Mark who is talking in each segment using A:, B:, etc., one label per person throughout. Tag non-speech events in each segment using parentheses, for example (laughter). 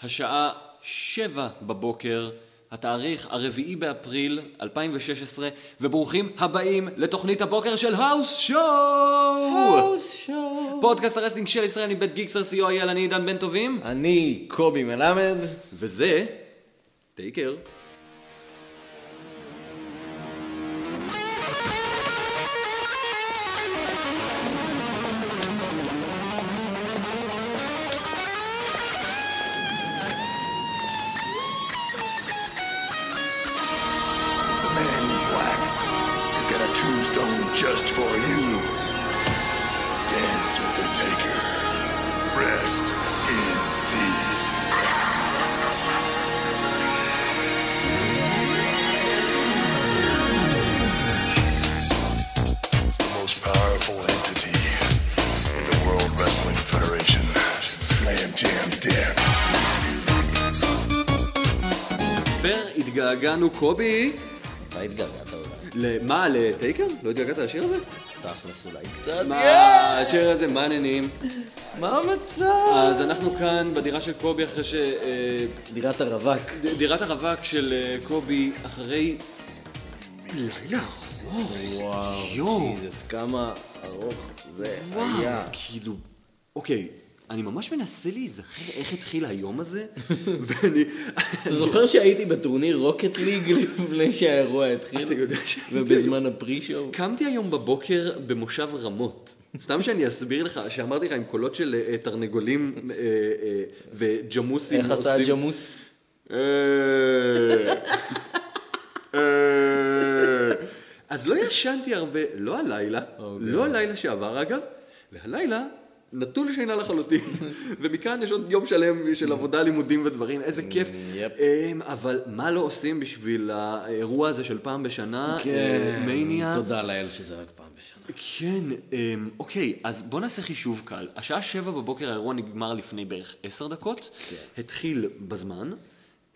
A: השעה שבע בבוקר, התאריך הרביעי באפריל 2016, וברוכים הבאים לתוכנית הבוקר של האוס שואו!
B: שואו.
A: פודקאסט הרסלינג של ישראל מבית גיקסטר co.il, אני עידן בן טובים,
B: אני קובי מלמד.
A: וזה טייקר.
C: The man in black has got a tombstone just for you. Dance with the taker. Rest in peace. The most powerful entity in the World Wrestling Federation. Slam Jam Death.
A: פר התגעגענו קובי.
B: אתה התגעגעת אולי,
A: למה, לטייקר? לא התגעגעת לשיר הזה?
B: תכלס אולי קצת.
A: מה, השיר הזה, מה העניינים?
B: מה המצב?
A: אז אנחנו כאן בדירה של קובי אחרי ש... אה,
B: דירת הרווק.
A: ד- דירת הרווק של אה, קובי אחרי לילה ארוך.
B: וואו,
A: יואו.
B: ג'יזוס, כמה ארוך זה היה.
A: כאילו, אוקיי, אני ממש מנסה להיזכר איך התחיל
D: (laughs)
A: היום הזה, ואני...
D: אתה זוכר שהייתי בטורניר רוקט ליג לפני שהאירוע התחיל?
A: אתה יודע שהייתי
D: ובזמן הפרי-שואו?
A: קמתי היום בבוקר במושב רמות. סתם שאני אסביר לך, שאמרתי לך עם קולות של אה, תרנגולים אה, אה, וג'מוסים.
D: איך עשה
A: עושים-
D: הג'מוס?
A: אה, אה. אז לא ישנתי הרבה, לא הלילה,
D: אוקיי.
A: לא הלילה שעבר אגב, והלילה נטול שינה לחלוטין, (laughs) ומכאן יש עוד יום שלם של עבודה, לימודים ודברים, איזה כיף.
D: יפ.
A: אה, אבל מה לא עושים בשביל האירוע הזה של פעם בשנה, אה, מניה?
D: כן, תודה לאל שזה רק פעם בשנה.
A: כן, אמ, אוקיי, אז בוא נעשה חישוב קל. השעה שבע בבוקר האירוע נגמר לפני בערך עשר דקות, התחיל בזמן.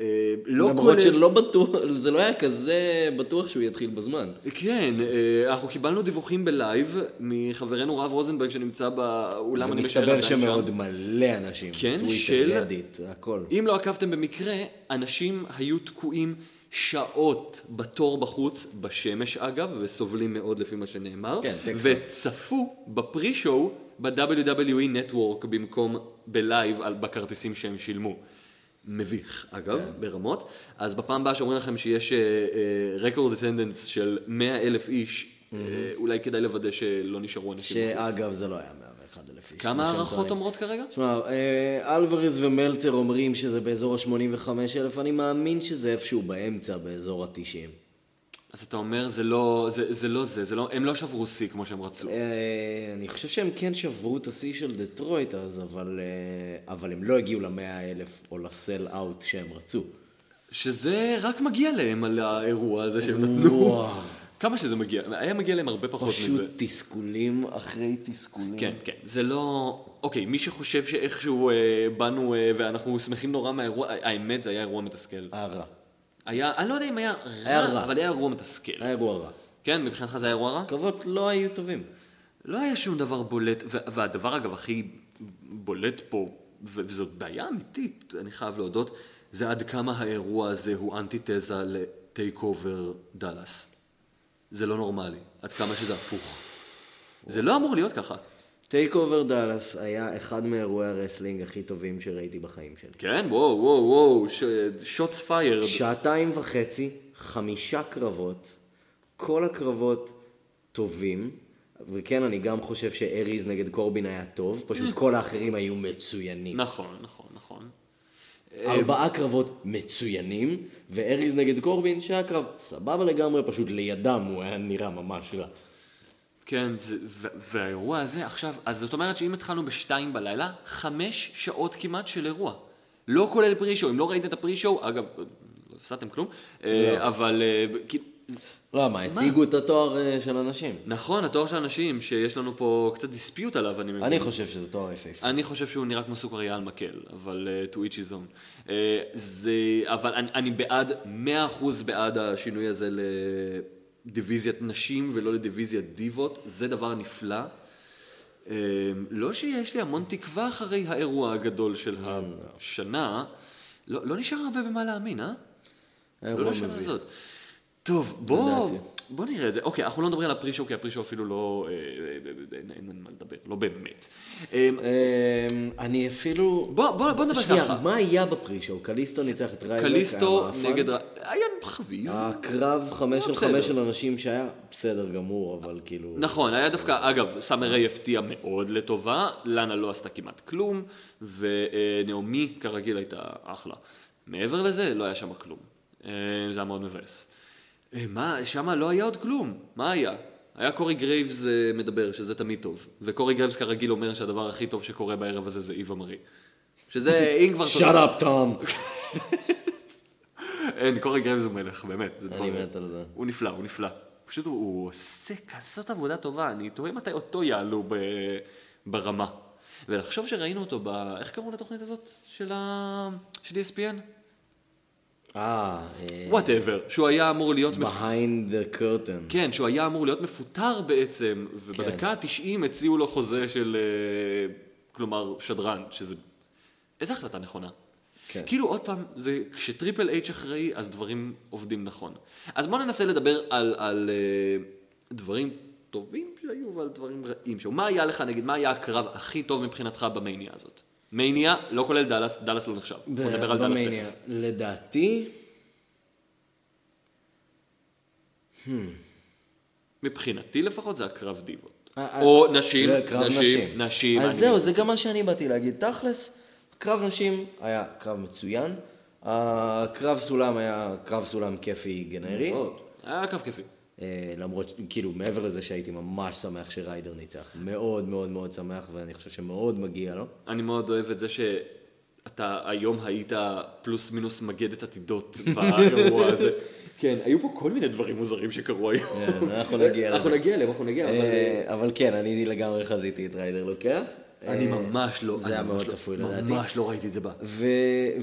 A: אה, לא
D: למרות
A: כולל...
D: שלא בטוח, זה לא היה כזה בטוח שהוא יתחיל בזמן.
A: כן, אה, אנחנו קיבלנו דיווחים בלייב מחברנו רב רוזנברג שנמצא באולם, אני משער
B: ומסתבר
A: עדיין שם.
B: שמאוד מלא אנשים.
A: כן,
B: טוויטר,
A: של-
B: ידיט, הכל.
A: אם לא עקבתם במקרה, אנשים היו תקועים שעות בתור בחוץ, בשמש אגב, וסובלים מאוד לפי מה שנאמר.
B: כן, טקסס.
A: וצפו בפרי-שואו ב-WWE Network במקום בלייב על- בכרטיסים שהם שילמו. מביך, אגב, כן. ברמות. אז בפעם הבאה שאומרים לכם שיש אה, רקורד uh, אטנדנס של 100 אלף איש, mm-hmm. uh, אולי כדאי לוודא שלא נשארו אנשים בחוץ.
B: שאגב, זה לא היה 101 אלף איש.
A: כמה
B: כמו שהם
A: הערכות
B: טוענים.
A: אומרות כרגע?
B: תשמע, אה, אלוורז ומלצר אומרים שזה באזור ה-85 אלף, אני מאמין שזה איפשהו באמצע, באזור ה-90.
A: אז אתה אומר, זה לא זה, זה, לא זה, זה לא, הם לא שברו שיא כמו שהם רצו.
B: אה, אני חושב שהם כן שברו את השיא של דטרויט אז, אבל, אה, אבל הם לא הגיעו למאה אלף או לסל אאוט שהם רצו.
A: שזה רק מגיע להם על האירוע הזה שהם נתנו. כמה שזה מגיע, היה מגיע להם הרבה פחות
B: פשוט
A: מזה.
B: תסכולים אחרי תסכולים.
A: כן, כן, זה לא... אוקיי, מי שחושב שאיכשהו אה, באנו אה, ואנחנו שמחים נורא מהאירוע, האמת, זה היה אירוע מתסכל.
B: היה רע.
A: היה, אני לא יודע אם היה
B: היה
A: רע,
B: רע.
A: אבל היה אירוע מתסכל.
B: היה אירוע רע.
A: כן, מבחינתך זה היה אירוע רע?
B: הקרבות לא היו טובים.
A: לא היה שום דבר בולט, ו- והדבר אגב הכי בולט פה, ו- וזאת בעיה אמיתית, אני חייב להודות, זה עד כמה האירוע הזה הוא אנטיתזה לטייק אובר דאלאס. זה לא נורמלי, עד כמה שזה הפוך. זה לא אמור להיות ככה.
B: טייק אובר דאלאס היה אחד מאירועי הרסלינג הכי טובים שראיתי בחיים שלי.
A: כן, וואו, וואו, וואו, שוטס פיירד.
B: שעתיים וחצי, חמישה קרבות, כל הקרבות טובים, וכן, אני גם חושב שאריז נגד קורבין היה טוב,
A: Mm.
B: פשוט כל האחרים היו מצוינים.
A: נכון, נכון, נכון.
B: ארבעה קרבות מצוינים, ואריז נגד קורבין, שהיה קרב סבבה לגמרי, פשוט לידם הוא היה נראה ממש רע.
A: כן, זה, ו- והאירוע הזה עכשיו, אז זאת אומרת שאם התחלנו בשתיים בלילה, חמש שעות כמעט של אירוע. לא כולל פרי-שואו, אם לא ראיתם את הפרי-שואו, אגב, לא הפסדתם כלום, אה, אבל אה, כאילו,
B: למה? הציגו את התואר אה, של אנשים.
A: נכון, התואר של אנשים, שיש לנו פה קצת דיספיוט עליו, אני מבין.
B: אני חושב שזה תואר יפהפה.
A: אני חושב שהוא נראה כמו סוכריה על מקל, אבל אה, to each his own. אה, זה, אבל אני, אני בעד, 100% בעד השינוי הזה לדיוויזיית נשים ולא לדיוויזיית דיבות, זה דבר נפלא. אה, לא שיש לי המון תקווה אחרי האירוע הגדול של
B: Mm,
A: השנה, לא לא נשאר הרבה במה להאמין, אה?
B: האירוע
A: לא לשנה
B: מביך.
A: הזאת. טוב, בוא,
B: לדעתי.
A: בוא נראה את זה. אוקיי, אנחנו לא מדברים על הפרישו, כי הפרישו אפילו לא... אה, אה, אין אין מה לדבר, לא באמת. אה,
B: אמ, אני אפילו...
A: בוא- בוא בוא נדבר
B: שנייה,
A: ככה.
B: מה היה בפרי-שואו? קליסטו ניצח את רייבק?
A: קליסטו
B: היה מעפן?
A: נגד... ר- היה חביב.
B: אה, הקרב חמש על
A: בסדר.
B: חמש של אנשים שהיה בסדר גמור, אבל כאילו...
A: נכון, היה דווקא, אגב, סאמר ריי הפתיעה מאוד לטובה, לאנה לא עשתה כמעט כלום, ונעמי כרגיל הייתה אחלה. מעבר לזה, לא היה שם כלום. אה, זה היה מאוד מבאס. אה, מה, שמה לא היה עוד כלום, מה היה? היה קורי גרייבס אה, מדבר, שזה תמיד טוב, וקורי גרייבס כרגיל אומר שהדבר הכי טוב שקורה בערב הזה זה איווה מרי. שזה, אם
B: (laughs)
A: כבר...
B: שאט אפ, טום!
A: אין, קורי גרייבס הוא מלך, באמת. זה דבר-
B: אני מת על זה.
A: הוא נפלא, הוא נפלא. פשוט הוא, הוא עושה כזאת עבודה טובה, אני תוהה מתי אותו יעלו ב, ברמה. ולחשוב שראינו אותו ב... איך קראו לתוכנית הזאת? של ה... של E ESPN?
B: אה,
A: וואטאבר. שהוא היה אמור להיות... מפ...
B: behind the curtain.
A: כן, שהוא היה אמור להיות מפוטר בעצם,
B: כן.
A: ובדקה ה-90 הציעו לו חוזה של... אה, כלומר, שדרן, שזה... איזה החלטה נכונה.
B: כן.
A: כאילו, עוד פעם, זה כשטריפל אייץ' אחראי, אז דברים עובדים נכון. אז בואו ננסה לדבר על, על אה, דברים טובים שהיו ועל דברים רעים שהיו. מה היה לך, נגיד, מה היה הקרב הכי טוב מבחינתך במאניה הזאת? מאניה, לא כולל דאלאס, דאלאס לא נחשב. אנחנו נדבר על דאלאס
B: במאניה.
A: תכף.
B: לדעתי,
A: מבחינתי לפחות זה הקרב דיבות.
B: אה,
A: או
B: אה,
A: נשים,
B: לא, קרב
A: נשים, נשים.
B: אז
A: אני- לא
B: זהו, זה גם מה שאני באתי להגיד. תכלס, קרב נשים היה קרב מצוין. הקרב סולם היה קרב סולם כיפי גנרי.
A: מאוד. היה קרב כיפי.
B: אה, למרות, ש- כאילו, מעבר לזה שהייתי ממש שמח שריידר ניצח. מאוד מאוד מאוד שמח, ואני חושב שמאוד מגיע לו.
A: אני מאוד אוהב את זה שאתה היום היית פלוס מינוס מגדת (laughs) עתידות באירוע הזה. כן, היו פה כל מיני דברים מוזרים שקרו היום.
B: כן, אנחנו נגיע
A: (laughs)
B: לזה.
A: אנחנו נגיע אליהם, אנחנו נגיע, אבל...
B: אה, אבל כן, אני לגמרי חזיתי את ריידר לוקח.
A: אני
B: אה,
A: ממש לא...
B: זה
A: אני
B: היה
A: ממש
B: מאוד
A: לא-
B: צפוי לדעתי. אה.
A: ממש לא ראיתי את זה בא.
B: ו-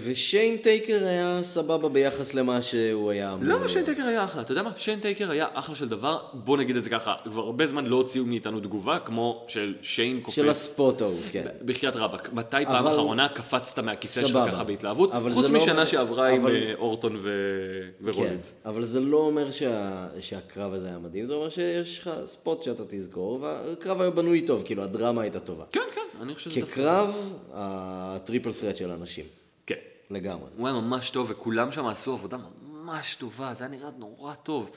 B: ושיין טייקר היה סבבה ביחס למה שהוא היה אמור.
A: למה שיין טייקר היה אחלה? אתה יודע מה? שיין טייקר היה אחלה של דבר, בוא נגיד את זה ככה, כבר הרבה זמן לא הוציאו מאיתנו תגובה כמו של שיין קופץ.
B: של הספוט ההוא, כן.
A: בחייאת רבאק, מתי פעם
B: אבל-
A: אחרונה קפצת מהכיסא שלך
B: סבבה.
A: ככה בהתלהבות?
B: אבל
A: חוץ
B: זה לא-
A: משנה שעברה עם
B: אבל-
A: אה, אורטון ו-
B: כן,
A: ורולינס.
B: אבל זה לא אומר שה... שהקרב הזה היה מדהים, זה אומר שיש לך ספוט שאתה תזכור, והקרב היה בנוי טוב, כאילו הדרמה הייתה טובה.
A: כן, כן, אני חושב שזה... דווקא-
B: כקרב, הטריפל סרט של האנשים,
A: כן.
B: לגמרי.
A: הוא היה ממש טוב, וכולם שם עשו עבודה ממש טובה, זה היה נראה נורא טוב.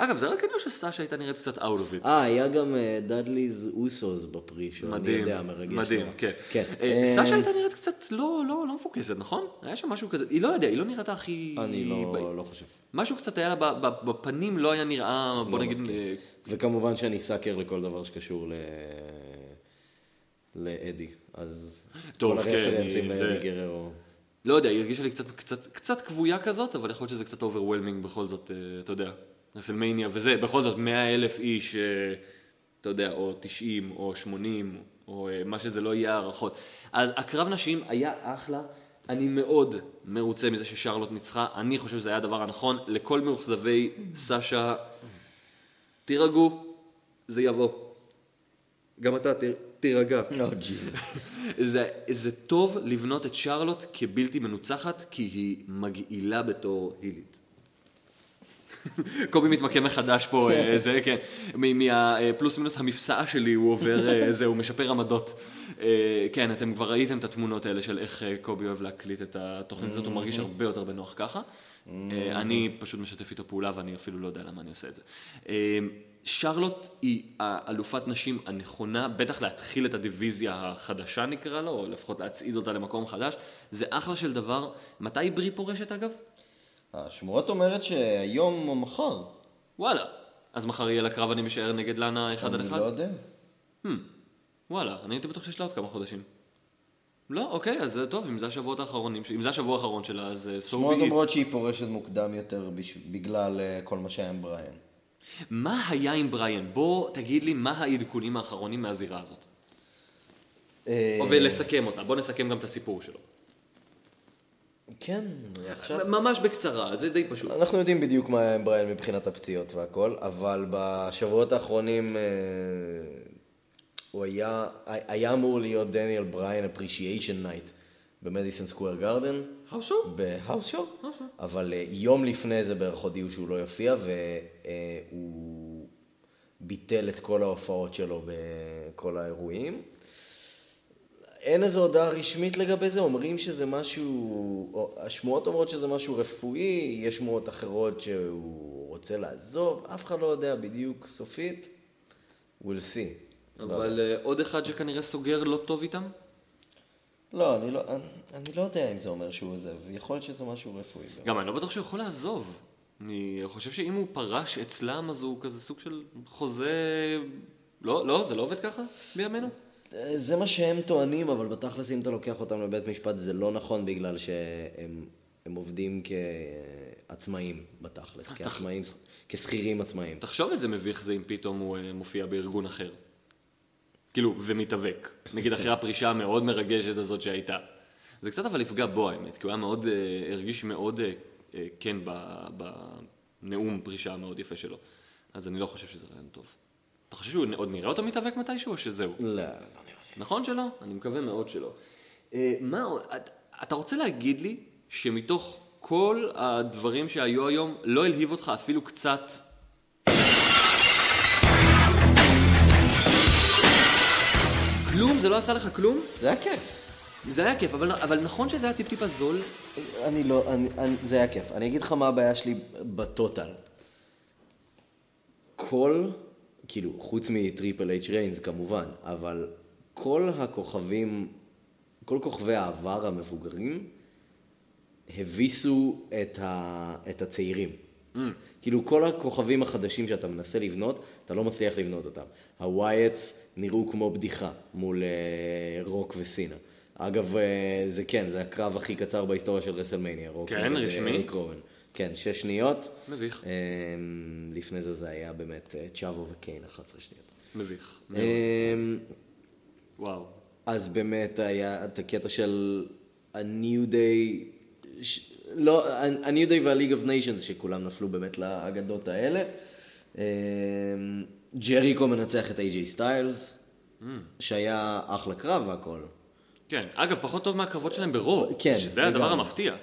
A: אגב, זה רק עניין שסשה הייתה נראית קצת out of it.
B: אה, היה גם אה, דאדליז אוסוס בפרי, שאני
A: מדהים,
B: יודע, מרגש.
A: מדהים,
B: נורא.
A: כן.
B: כן.
A: אה,
B: אה,
A: סשה הייתה נראית קצת לא, לא, לא מפוקסת, נכון? היה שם משהו כזה, היא לא יודע, היא לא נראתה הכי...
B: אני
A: ב-
B: לא, לא חושב.
A: משהו קצת היה לה ב- ב- בפנים, לא היה נראה, בוא נגיד... אה,
B: וכמובן שאני סאקר לכל דבר שקשור ל... לאדי, אז
A: טוב,
B: כל
A: כן,
B: הרפרנסים
A: אני-
B: לאדי
A: זה-
B: גררו.
A: לא יודע, היא הרגישה לי קצת, קצת, קצת כבויה כזאת, אבל יכול להיות שזה קצת אוברוולמינג בכל זאת, אה, אתה יודע, רסלמניה וזה, בכל זאת 100 אלף איש, אה, אתה יודע, או 90, או 80, או אה, מה שזה לא יהיה הערכות. אז הקרב נשים היה אחלה, אני מאוד מרוצה מזה ששרלוט ניצחה, אני חושב שזה היה הדבר הנכון, לכל מאוכזבי סשה, תירגעו, זה יבוא. גם אתה
B: (laughs)
A: תירגע.
B: לא, ג'יז.
A: זה, זה טוב לבנות את שרלוט כבלתי מנוצחת, כי היא מגעילה בתור הילית. קובי מתמקם מחדש פה, אה, זה כן, מ- מהפלוס מינוס המפסעה שלי הוא עובר, אה, זה, הוא משפר עמדות. אה, כן, אתם כבר ראיתם את התמונות האלה של איך אה, קובי אוהב להקליט את התוכנית הזאת, הוא מרגיש הרבה יותר בנוח ככה. אה, אני פשוט משתף איתו פעולה ואני אפילו לא יודע למה אני עושה את זה. אה, שרלוט היא האלופת נשים הנכונה, בטח להתחיל את הדיוויזיה החדשה נקרא לו, או לפחות להצעיד אותה למקום חדש. זה אחלה של דבר. מתי ברי פורשת אגב?
B: השמועות אומרת שהיום או מחר.
A: וואלה. אז מחר יהיה לה קרב אני משער נגד לאנה אחד על
B: אני
A: אחד?
B: לא יודע.
A: וואלה, אני הייתי בטוח שיש לה עוד כמה חודשים. לא, אוקיי, אז אה, טוב, אם זה השבועות האחרונים, ש- אם זה השבוע האחרון שלה, אז אה, so
B: שמועות
A: be it.
B: אומרות שהיא פורשת מוקדם יותר בש- בגלל אה, כל מה שהיה עם בריאן.
A: מה היה עם בריאן? בוא תגיד לי מה העדכונים האחרונים מהזירה הזאת.
B: אה,
A: ולסכם אותה, בוא נסכם גם את הסיפור שלו.
B: כן, עכשיו... אה.
A: ממש בקצרה, זה די פשוט.
B: אנחנו יודעים בדיוק מה היה עם בריאן מבחינת הפציעות והכל, אבל בשבועות האחרונים אה, הוא היה, היה אמור להיות דניאל בריין אפרישיישן נייט במדיסון סקוויר גארדן.
A: House show?
B: בהאוס שואו. אבל אה, יום לפני זה בערך הודיעו שהוא לא יופיע, והוא ביטל את כל ההופעות שלו בכל האירועים. אין איזו הודעה רשמית לגבי זה, אומרים שזה משהו, או- השמועות אומרות שזה משהו רפואי, יש שמועות אחרות שהוא רוצה לעזוב, אף אחד לא יודע בדיוק סופית, we'll see.
A: אבל אה, עוד אחד שכנראה סוגר לא טוב איתם?
B: לא, אני לא, אני, אני לא יודע אם זה אומר שהוא עוזב, יכול להיות שזה משהו רפואי.
A: גם אני לא בטוח שהוא יכול לעזוב. אני חושב שאם הוא פרש אצלם, אז הוא כזה סוג של חוזה... לא, לא, זה לא עובד ככה בימינו?
B: אה, זה מה שהם טוענים, אבל בתכלס אם אתה לוקח אותם לבית משפט זה לא נכון בגלל שהם הם עובדים כעצמאים בתכלס, כעצמאים, כשכירים עצמאים.
A: תחשוב איזה מביך זה אם פתאום הוא אה, מופיע בארגון אחר. כאילו, ומתאבק. נגיד אחרי הפרישה המאוד מרגשת הזאת שהייתה. זה קצת אבל יפגע בו האמת, כי הוא היה מאוד, אה, הרגיש מאוד אה, אה, כן ב- בנאום פרישה המאוד יפה שלו. אז אני לא חושב שזה רעיון טוב. אתה חושב שהוא עוד נראה אותו מתאבק מתישהו או שזהו?
B: לא, לא נראה לי.
A: נכון שלא? אני מקווה מאוד שלא. אה, מה, עוד? את- אתה רוצה להגיד לי שמתוך כל הדברים שהיו היום, לא הלהיב אותך אפילו קצת כלום? זה לא עשה לך כלום?
B: זה היה כיף.
A: זה היה כיף, אבל, אבל נכון שזה היה טיפ-טיפה זול?
B: אני לא, אני, אני, זה היה כיף. אני אגיד לך מה הבעיה שלי בטוטל. כל, כאילו, חוץ מטריפל אייץ' ריינס כמובן, אבל כל הכוכבים, כל כוכבי העבר המבוגרים, הביסו את, ה, את הצעירים. Mm. כאילו כל הכוכבים החדשים שאתה מנסה לבנות, אתה לא מצליח לבנות אותם. הווייטס נראו כמו בדיחה מול אה, רוק וסינה. אגב, אה, זה כן, זה הקרב הכי קצר בהיסטוריה של רסלמניה. רוק
A: כן,
B: נגד, אה,
A: רשמי?
B: אריק רובן. כן, שש שניות.
A: מביך.
B: אה, לפני זה זה היה באמת אה, צ'אבו וקיין 11 שניות.
A: מביך.
B: אה,
A: וואו.
B: אז באמת היה את הקטע של ה-New Day, ש... לא, ה-New Day וה-League of Nations, שכולם נפלו באמת לאגדות האלה. אמ, ג'ריקו מנצח את איי-ג'יי סטיילס, שהיה אחלה קרב והכל.
A: כן. אגב, פחות טוב מהקרבות שלהם ברוב.
B: כן,
A: שזה הדבר
B: לגמרי.
A: המפתיע.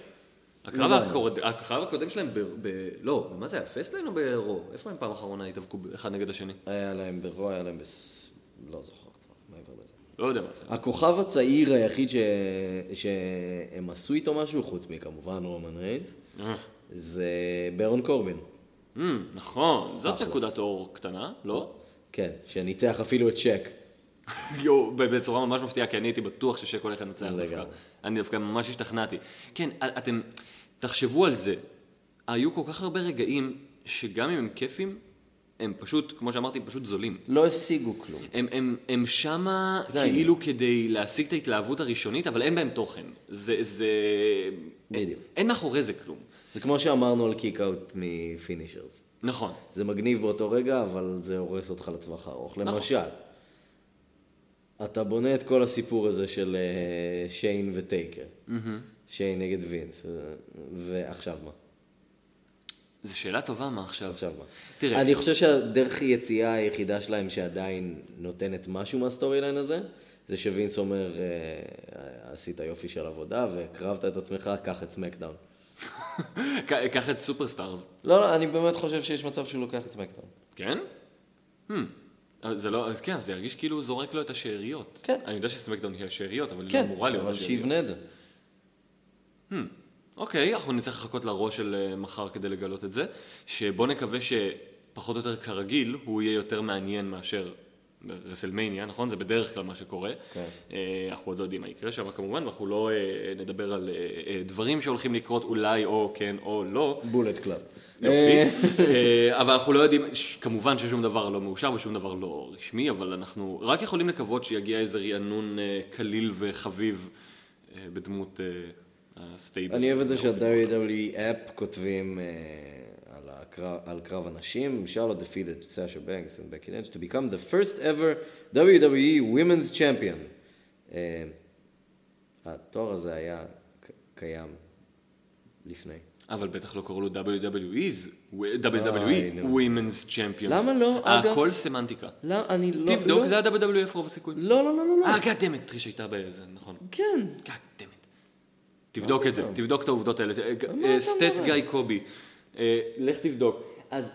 A: הקרב,
B: לגמרי.
A: הקורד... הקרב הקודם שלהם ב... ב... לא, מה זה היה? פסליין או ברו? איפה הם פעם אחרונה התאבקו אחד נגד השני?
B: היה להם ברוע, היה להם בס... לא זוכר כבר, מעבר לזה.
A: לא יודע מה זה.
B: הכוכב הצעיר היחיד ש... שהם עשו איתו משהו, חוץ מכמובן רומן ריינס,
A: אה,
B: זה ברון קורבין.
A: אמ, נכון, זאת
B: תכלס.
A: נקודת אור קטנה, (laughs) לא?
B: כן, שניצח אפילו את צ'ק.
A: יו, ב- בצורה ממש מפתיעה, כי אני הייתי בטוח ששק הולך לנצח דווקא.
B: לגמרי.
A: אני דווקא ממש השתכנעתי. כן, א- אתם, תחשבו על זה. היו כל כך הרבה רגעים, שגם אם הם כיפים, הם פשוט, כמו שאמרתי, פשוט זולים.
B: לא השיגו כלום.
A: הם, הם, הם שמה
B: זה
A: כאילו כדי להשיג את ההתלהבות הראשונית, אבל אין בהם תוכן. זה, זה...
B: בדיוק.
A: אין, אין מאחורי זה כלום.
B: זה כמו שאמרנו על קיק-אוט מפינישרס.
A: נכון.
B: זה מגניב באותו רגע, אבל זה הורס אותך לטווח הארוך. למשל, אתה בונה את כל הסיפור הזה של אה, שיין וטייקר. שיין נגד וינס. אה, ועכשיו מה?
A: זו שאלה טובה, מה עכשיו?
B: עכשיו מה?
A: תראה. אה,
B: אני חושב שהדרך היציאה היחידה שלהם שעדיין נותנת משהו מהסטורי ליין הזה, זה שווינס אומר, אה, עשית יופי של עבודה והקרבת את עצמך, קח את סמקדאון.
A: ק- קח את סופרסטארס.
B: לא, לא, אני באמת חושב שיש מצב שהוא לוקח את סמקדאון.
A: כן? Hmm. אבל זה לא, אז כן, זה ירגיש כאילו הוא זורק לו את השאריות.
B: כן.
A: אני יודע שסמקדאון היא השאריות, אבל היא לא
B: כן,
A: אמורה להיות
B: אבל
A: השאריות.
B: שיבנה את זה.
A: אוקיי, אנחנו נצטרך לחכות לראש של אה, מחר כדי לגלות את זה, שבוא נקווה שפחות או יותר כרגיל, הוא יהיה יותר מעניין מאשר רסלמניה, נכון? זה בדרך כלל מה שקורה. אה, אנחנו עוד לא יודעים מה יקרה שם כמובן, ואנחנו לא אה, נדבר על אה, אה, דברים שהולכים לקרות אולי או כן או לא.
B: בולט קלאב.
A: יופי. אה, אבל אנחנו לא יודעים, ש- כמובן ששום דבר לא מאושר ושום דבר לא רשמי, אבל אנחנו רק יכולים לקוות שיגיע איזה רענון אה, קליל וחביב אה, בדמות אה, הסטייבל.
B: אני אוהב את זה שה-WW אפ כותבים אה, על הקרב- על קרב הנשים, Charlotte defeated Sasha Banks and Becky Lynch to become the first ever WWE Women's Champion. אה, התואר הזה היה ק- קיים לפני.
A: אבל בטח לא קראו לו E, WWE's,
B: אה,
A: WWE,
B: נו.
A: E, Women's Champion.
B: למה לא? אגב-
A: הכל סמנטיקה.
B: לא, אני לא...
A: תבדוק,
B: לא-
A: זה ה-WWF רוב הסיכויים.
B: לא, לא, לא, לא, לא.
A: אה, גאד דמת, טריש הייתה בזה, נכון.
B: כן.
A: God damn it. תבדוק את זה, תבדוק את העובדות האלה. אה, ג-
B: לא, מה
A: אה,
B: אתה
A: סטט
B: מדבר?
A: גיא קובי, אה, לך תבדוק. אז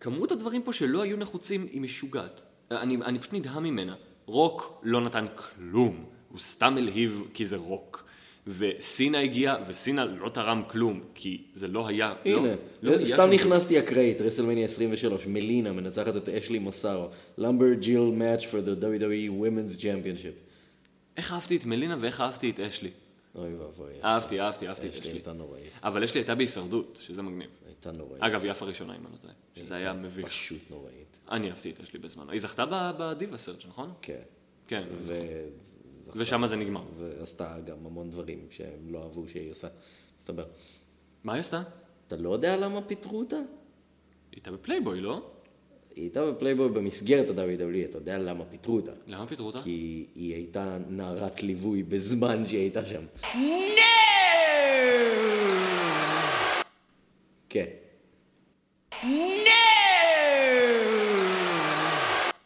A: כמות הדברים פה שלא היו נחוצים היא משוגעת. אה, אני אני פשוט נדהם ממנה. רוק לא נתן כלום, הוא סתם הלהיב כי זה רוק. וסינה הגיעה, וסינה לא תרם כלום, כי זה לא היה... לא-
B: הנה,
A: לא היה
B: סתם
A: שם-
B: נכנסתי הקרייט, רסלמניה 23, מלינה מנצחת את אשלי מוסארו, למבר ג'יל מאץ' for the WWE Women's Championship.
A: איך אהבתי את מלינה ואיך אהבתי את אשלי.
B: אוי ואבוי, אשלי.
A: אהבתי, אהבתי, אהבתי את
B: אשלי
A: אשלי.
B: הייתה נוראית,
A: אבל אשלי הייתה בהישרדות, שזה מגניב.
B: הייתה נוראית,
A: אגב, יפה ראשונה, אם אני לא טועה. שזה היה מביך.
B: פשוט נוראית,
A: אני אהבתי את אשלי בזמנו. היא זכתה ב- בדיבה סרצ', נכון?
B: כן.
A: כן.
B: ו-
A: ושם זה נגמר.
B: ועשתה גם המון דברים שהם לא אהבו שהיא עושה, מסתבר.
A: מה היא עשתה?
B: אתה לא יודע למה פיטרו אותה?
A: היא הייתה בפלייבוי, לא?
B: היא הייתה בפלייבוי במסגרת ה-WWE, אתה יודע למה פיטרו אותה?
A: למה פיטרו אותה?
B: כי היא הייתה נערת ליווי בזמן שהיא הייתה שם. כן.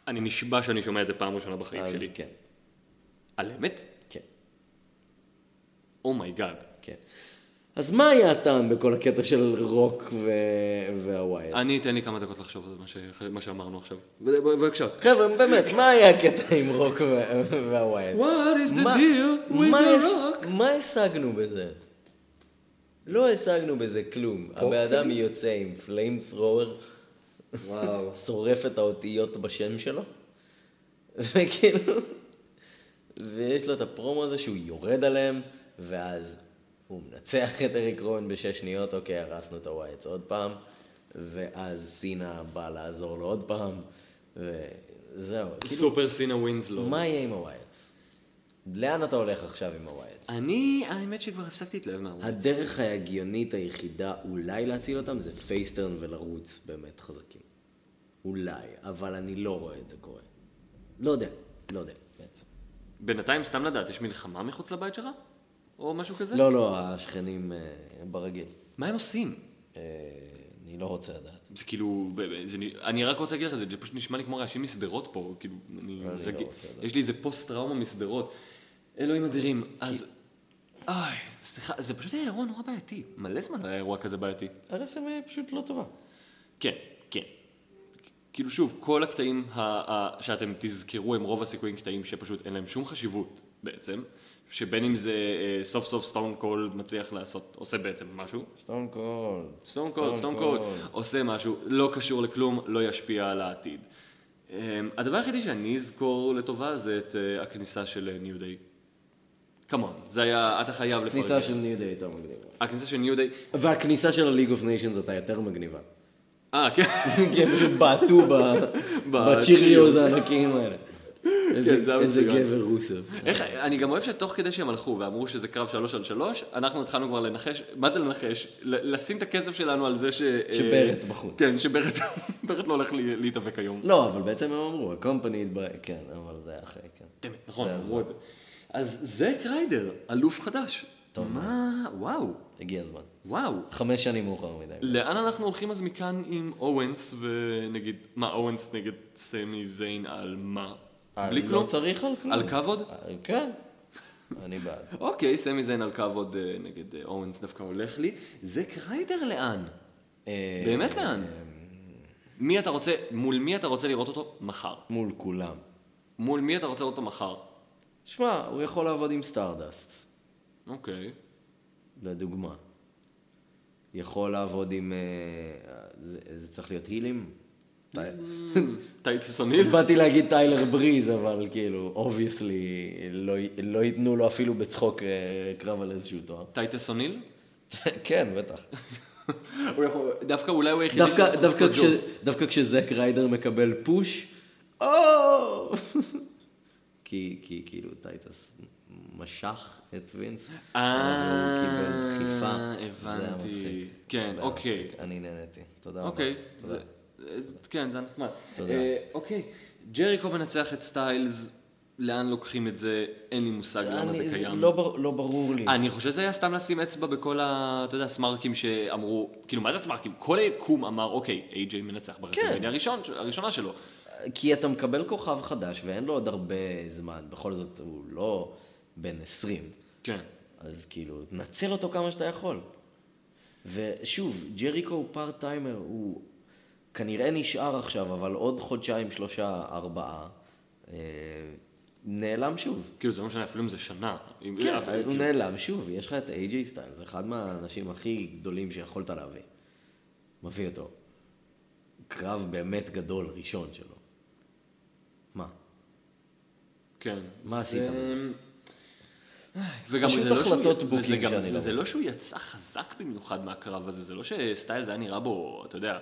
A: אני נשבע שאני שומע את זה פעם ראשונה בחיים
B: אז
A: שלי.
B: כן,
A: על אמת? Oh
B: כן,
A: אומייגאד.
B: כן. אז מה היה הטעם בכל הקטע של רוק ו... והווייט?
A: אני אתן לי כמה דקות לחשוב על מה ש- מה שאמרנו עכשיו. בבקשה.
B: חבר'ה, באמת, מה היה הקטע עם רוק ו- והווייט?
A: What is the
B: מה-
A: deal with
B: מה
A: the
B: הש-
A: rock?
B: מה השגנו בזה? לא השגנו בזה כלום. הבן אדם יוצא עם פליים ת'רואר, שורף את האותיות בשם שלו, (laughs) וכאילו, ויש לו את הפרומו הזה שהוא יורד עליהם, ואז הוא מנצח את אריק רון בשש שניות, אוקיי, הרסנו את הווייץ עוד פעם, ואז סינה באה לעזור לו עוד פעם, וזהו. כאילו,
A: סופר סינה ווינסלו.
B: מה יהיה עם הווייץ? לאן אתה הולך עכשיו עם הווייץ?
A: אני, האמת שכבר הפסקתי להתלהב מהרוח.
B: הדרך ההגיונית היחידה אולי להציל אותם זה פייסטרן ולרוץ באמת חזקים. אולי, אבל אני לא רואה את זה קורה. לא יודע, לא יודע בעצם.
A: בינתיים, סתם לדעת, יש מלחמה מחוץ לבית שלך? או משהו כזה?
B: לא, לא, השכנים אה, הם ברגיל.
A: מה הם עושים?
B: אה, אני לא רוצה לדעת.
A: זה כאילו, ב- ב- זה, נ- אני רק רוצה להגיד לך, זה פשוט נשמע לי כמו רעשים משדרות פה, כאילו, אני,
B: אני לא
A: רגיל-
B: רוצה לדעת.
A: יש לי איזה פוסט טראומה משדרות. אלוהים אדירים, אז, אוי, סליחה, זה פשוט היה אירוע נורא בעייתי, מלא זמן לא היה אירוע כזה בעייתי.
B: הרסם אה, פשוט לא טובה.
A: כן, כן. כאילו שוב, כל הקטעים ה- ה- שאתם תזכרו הם רוב הסיכויים קטעים שפשוט אין להם שום חשיבות בעצם, שבין אם זה אה, סוף סוף סטון קולד מצליח לעשות, עושה בעצם משהו,
B: סטון קולד.
A: סטון קולד, סטון קולד, עושה משהו, לא קשור לכלום, לא ישפיע על העתיד. Um, הדבר היחידי שאני אזכור לטובה זה את uh, הכניסה של ניו דיי. כמובן, זה היה, אתה חייב לפרגן.
B: הכניסה של ניו דיי הייתה מגניבה.
A: הכניסה של ניו דיי,
B: והכניסה של הליג אוף ניישנס הייתה יותר מגניבה.
A: אה, כן, (laughs)
B: כי הם פשוט בעטו ב- בצ'יריוז הענקיים האלה. איזה-
A: כן, זה היה
B: איזה
A: מצוין.
B: גבר רוסו.
A: איך, אני גם אוהב שתוך כדי שהם הלכו ואמרו שזה קרב שלוש על שלוש, אנחנו התחלנו כבר לנחש, מה זה לנחש? ל- לשים את הכסף שלנו על זה ש...
B: שברט
A: אה,
B: בחוץ.
A: כן, שברט (laughs) ברט לא הולך לי- להתאבק היום.
B: לא, אבל בעצם הם אמרו, ה-company, by- כן, אבל זה היה אחרי, כן.
A: דמת, נכון,
B: זה
A: אמרו את זה. אז זק ריידר, אלוף חדש.
B: טוב.
A: מה? וואו,
B: הגיע הזמן.
A: וואו.
B: חמש שנים מאוחר מדי.
A: לאן אנחנו הולכים אז מכאן עם אורנס ונגיד, מה אורנס נגד סמי זיין על מה?
B: אה,
A: בלי
B: לא
A: כלום?
B: צריך על כלום.
A: על כבוד?
B: אה, כן. אני בעד.
A: אוקיי, סמי זיין על כבוד אה, נגד אה, אורנס דווקא הולך לי. זק ריידר לאן?
B: אה,
A: באמת לאן? מי אתה רוצה, מול מי אתה רוצה לראות אותו מחר?
B: מול כולם.
A: מול מי אתה רוצה לראות אותו מחר?
B: שמע, הוא יכול לעבוד עם סטארדסט, (laughs)
A: אוקיי.
B: לדוגמה. יכול לעבוד עם... אה, זה זה צריך להיות הילים?
A: טייטס אוניל?
B: באתי להגיד טיילר בריז, אבל כאילו, אובייסלי, לא ייתנו לו אפילו בצחוק אה, קרב על איזשהו תואר. (laughs)
A: טייטס אוניל?
B: כן, בטח.
A: הוא יכול- דווקא אולי הוא היחידי
B: דווקא- (laughs)
A: שיכול
B: דווקא
A: לעשות
B: כש-
A: ג'וב.
B: דווקא כשזק ריידר מקבל פוש, או! (laughs) כי כי כאילו טייטס משך את וינס, אז הוא קיבל דחיפה. זה היה
A: אה, הבנתי.
B: מצחיק.
A: כן,
B: זה היה
A: אוקיי.
B: מצחיק. אני נהניתי. תודה רבה.
A: אוקיי.
B: תודה.
A: זה- זה- כן, זה נחמד.
B: תודה.
A: אה, אוקיי. ג'ריקו מנצח את סטיילס לאן לוקחים את זה, אין לי מושג למה זה
B: אני-
A: קיים.
B: לא בר- לא ברור לי.
A: אני חושב שזה היה סתם לשים אצבע בכל ה... אתה יודע, סמרקים שאמרו, כאילו, מה זה סמרקים? כל היקום אמר, אוקיי, איי-ג'יי מנצח
B: כן.
A: ברסלמניה הראשון, הראשונה שלו.
B: כי אתה מקבל כוכב חדש ואין לו עוד הרבה זמן, בכל זאת הוא לא בן 20,
A: כן.
B: אז כאילו, תנצל אותו כמה שאתה יכול. ושוב, ג'ריקו הוא פארט טיימר, הוא כנראה נשאר עכשיו, אבל עוד חודשיים, שלושה, ארבעה, אה, נעלם שוב.
A: כאילו, זה לא משנה אפילו אם זה שנה. אם-
B: כן,
A: אבל-
B: הוא
A: כאילו,
B: נעלם שוב, יש לך את איי-ג'יי סטיילס, אחד מהאנשים הכי גדולים שיכולת להביא. מביא אותו. קרב באמת גדול ראשון שלו. מה?
A: כן.
B: מה
A: זה-
B: עשית בזה?
A: וגם
B: פשוט
A: זה לא שהוא-
B: החלטות
A: וזה
B: בוקינג
A: גם-
B: שאני לא
A: וזה לא שהוא יצא חזק במיוחד מהקרב הזה, זה לא שסטיילס היה נראה בו, אתה יודע,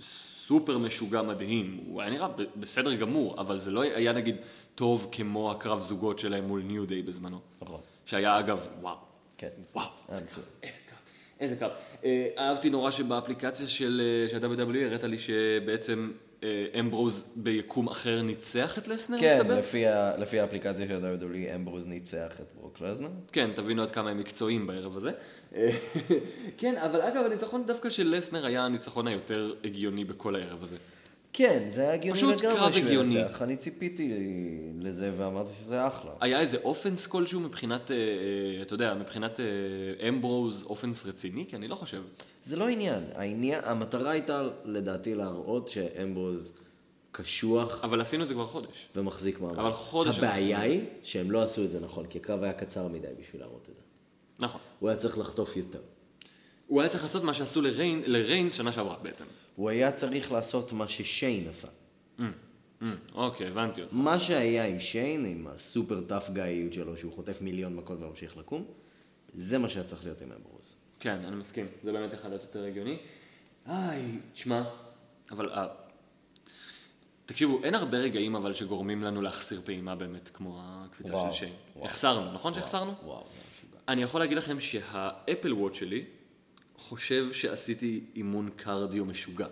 A: סופר משוגע מדהים. הוא היה נראה ב- בסדר גמור, אבל זה לא היה נגיד טוב כמו הקרב זוגות שלהם מול ניו דיי בזמנו.
B: נכון.
A: שהיה אגב, וואו.
B: כן.
A: וואו.
B: היה
A: איזה
B: מצוין.
A: קרב, איזה קרב. איזה קרב. אה, אהבתי נורא שבאפליקציה של אה, של ה-WWE הראת לי שבעצם אה, אמברוז ביקום אחר ניצח את לסנר,
B: כן,
A: מסתבר?
B: לפי ה- לפי האפליקציה של ה-WWE, אמברוז ניצח את לא? ברוק לזנר.
A: כן, תבינו עד כמה הם מקצועיים בערב הזה. (laughs) כן, אבל אגב, הניצחון דווקא של לסנר היה הניצחון היותר הגיוני בכל הערב הזה.
B: כן, זה היה הגיוני
A: פשוט קרב
B: לגמרי שהוא
A: הגיוני.
B: ינצח. אני ציפיתי לזה ואמרתי שזה אחלה.
A: היה איזה אופנס כלשהו מבחינת, אה, אה, אתה יודע, מבחינת אה, אמברוז אופנס רציני? כי אני לא חושב.
B: זה לא עניין. העניין, המטרה הייתה לדעתי להראות שאמברוז קשוח
A: אבל עשינו את זה כבר חודש.
B: ומחזיק מעמד.
A: אבל חודש הם
B: הבעיה היא שהם לא עשו את זה נכון, כי הקרב היה קצר מדי בשביל להראות את זה.
A: נכון.
B: הוא היה צריך לחטוף יותר.
A: הוא היה צריך לעשות מה שעשו לריין, לריינס שנה שעברה בעצם.
B: הוא היה צריך לעשות מה ששיין עשה.
A: Mm, אוקיי, הבנתי אותך.
B: מה שהיה עם שיין, עם הסופר טאף גאיות שלו, שהוא חוטף מיליון מכות וממשיך לקום, זה מה שהיה צריך להיות עם אמברוז.
A: כן, אני מסכים. זה באמת יכול להיות יותר הגיוני. איי, תשמע, אבל... אה, תקשיבו, אין הרבה רגעים אבל שגורמים לנו להחסיר פעימה באמת, כמו הקפיצה
B: וואו,
A: של שיין.
B: וואו.
A: החסרנו, נכון שהחסרנו?
B: וואו, זה היה משוגע.
A: אני יכול להגיד לכם שהאפל וואט שלי חושב שעשיתי אימון קרדיו משוגע.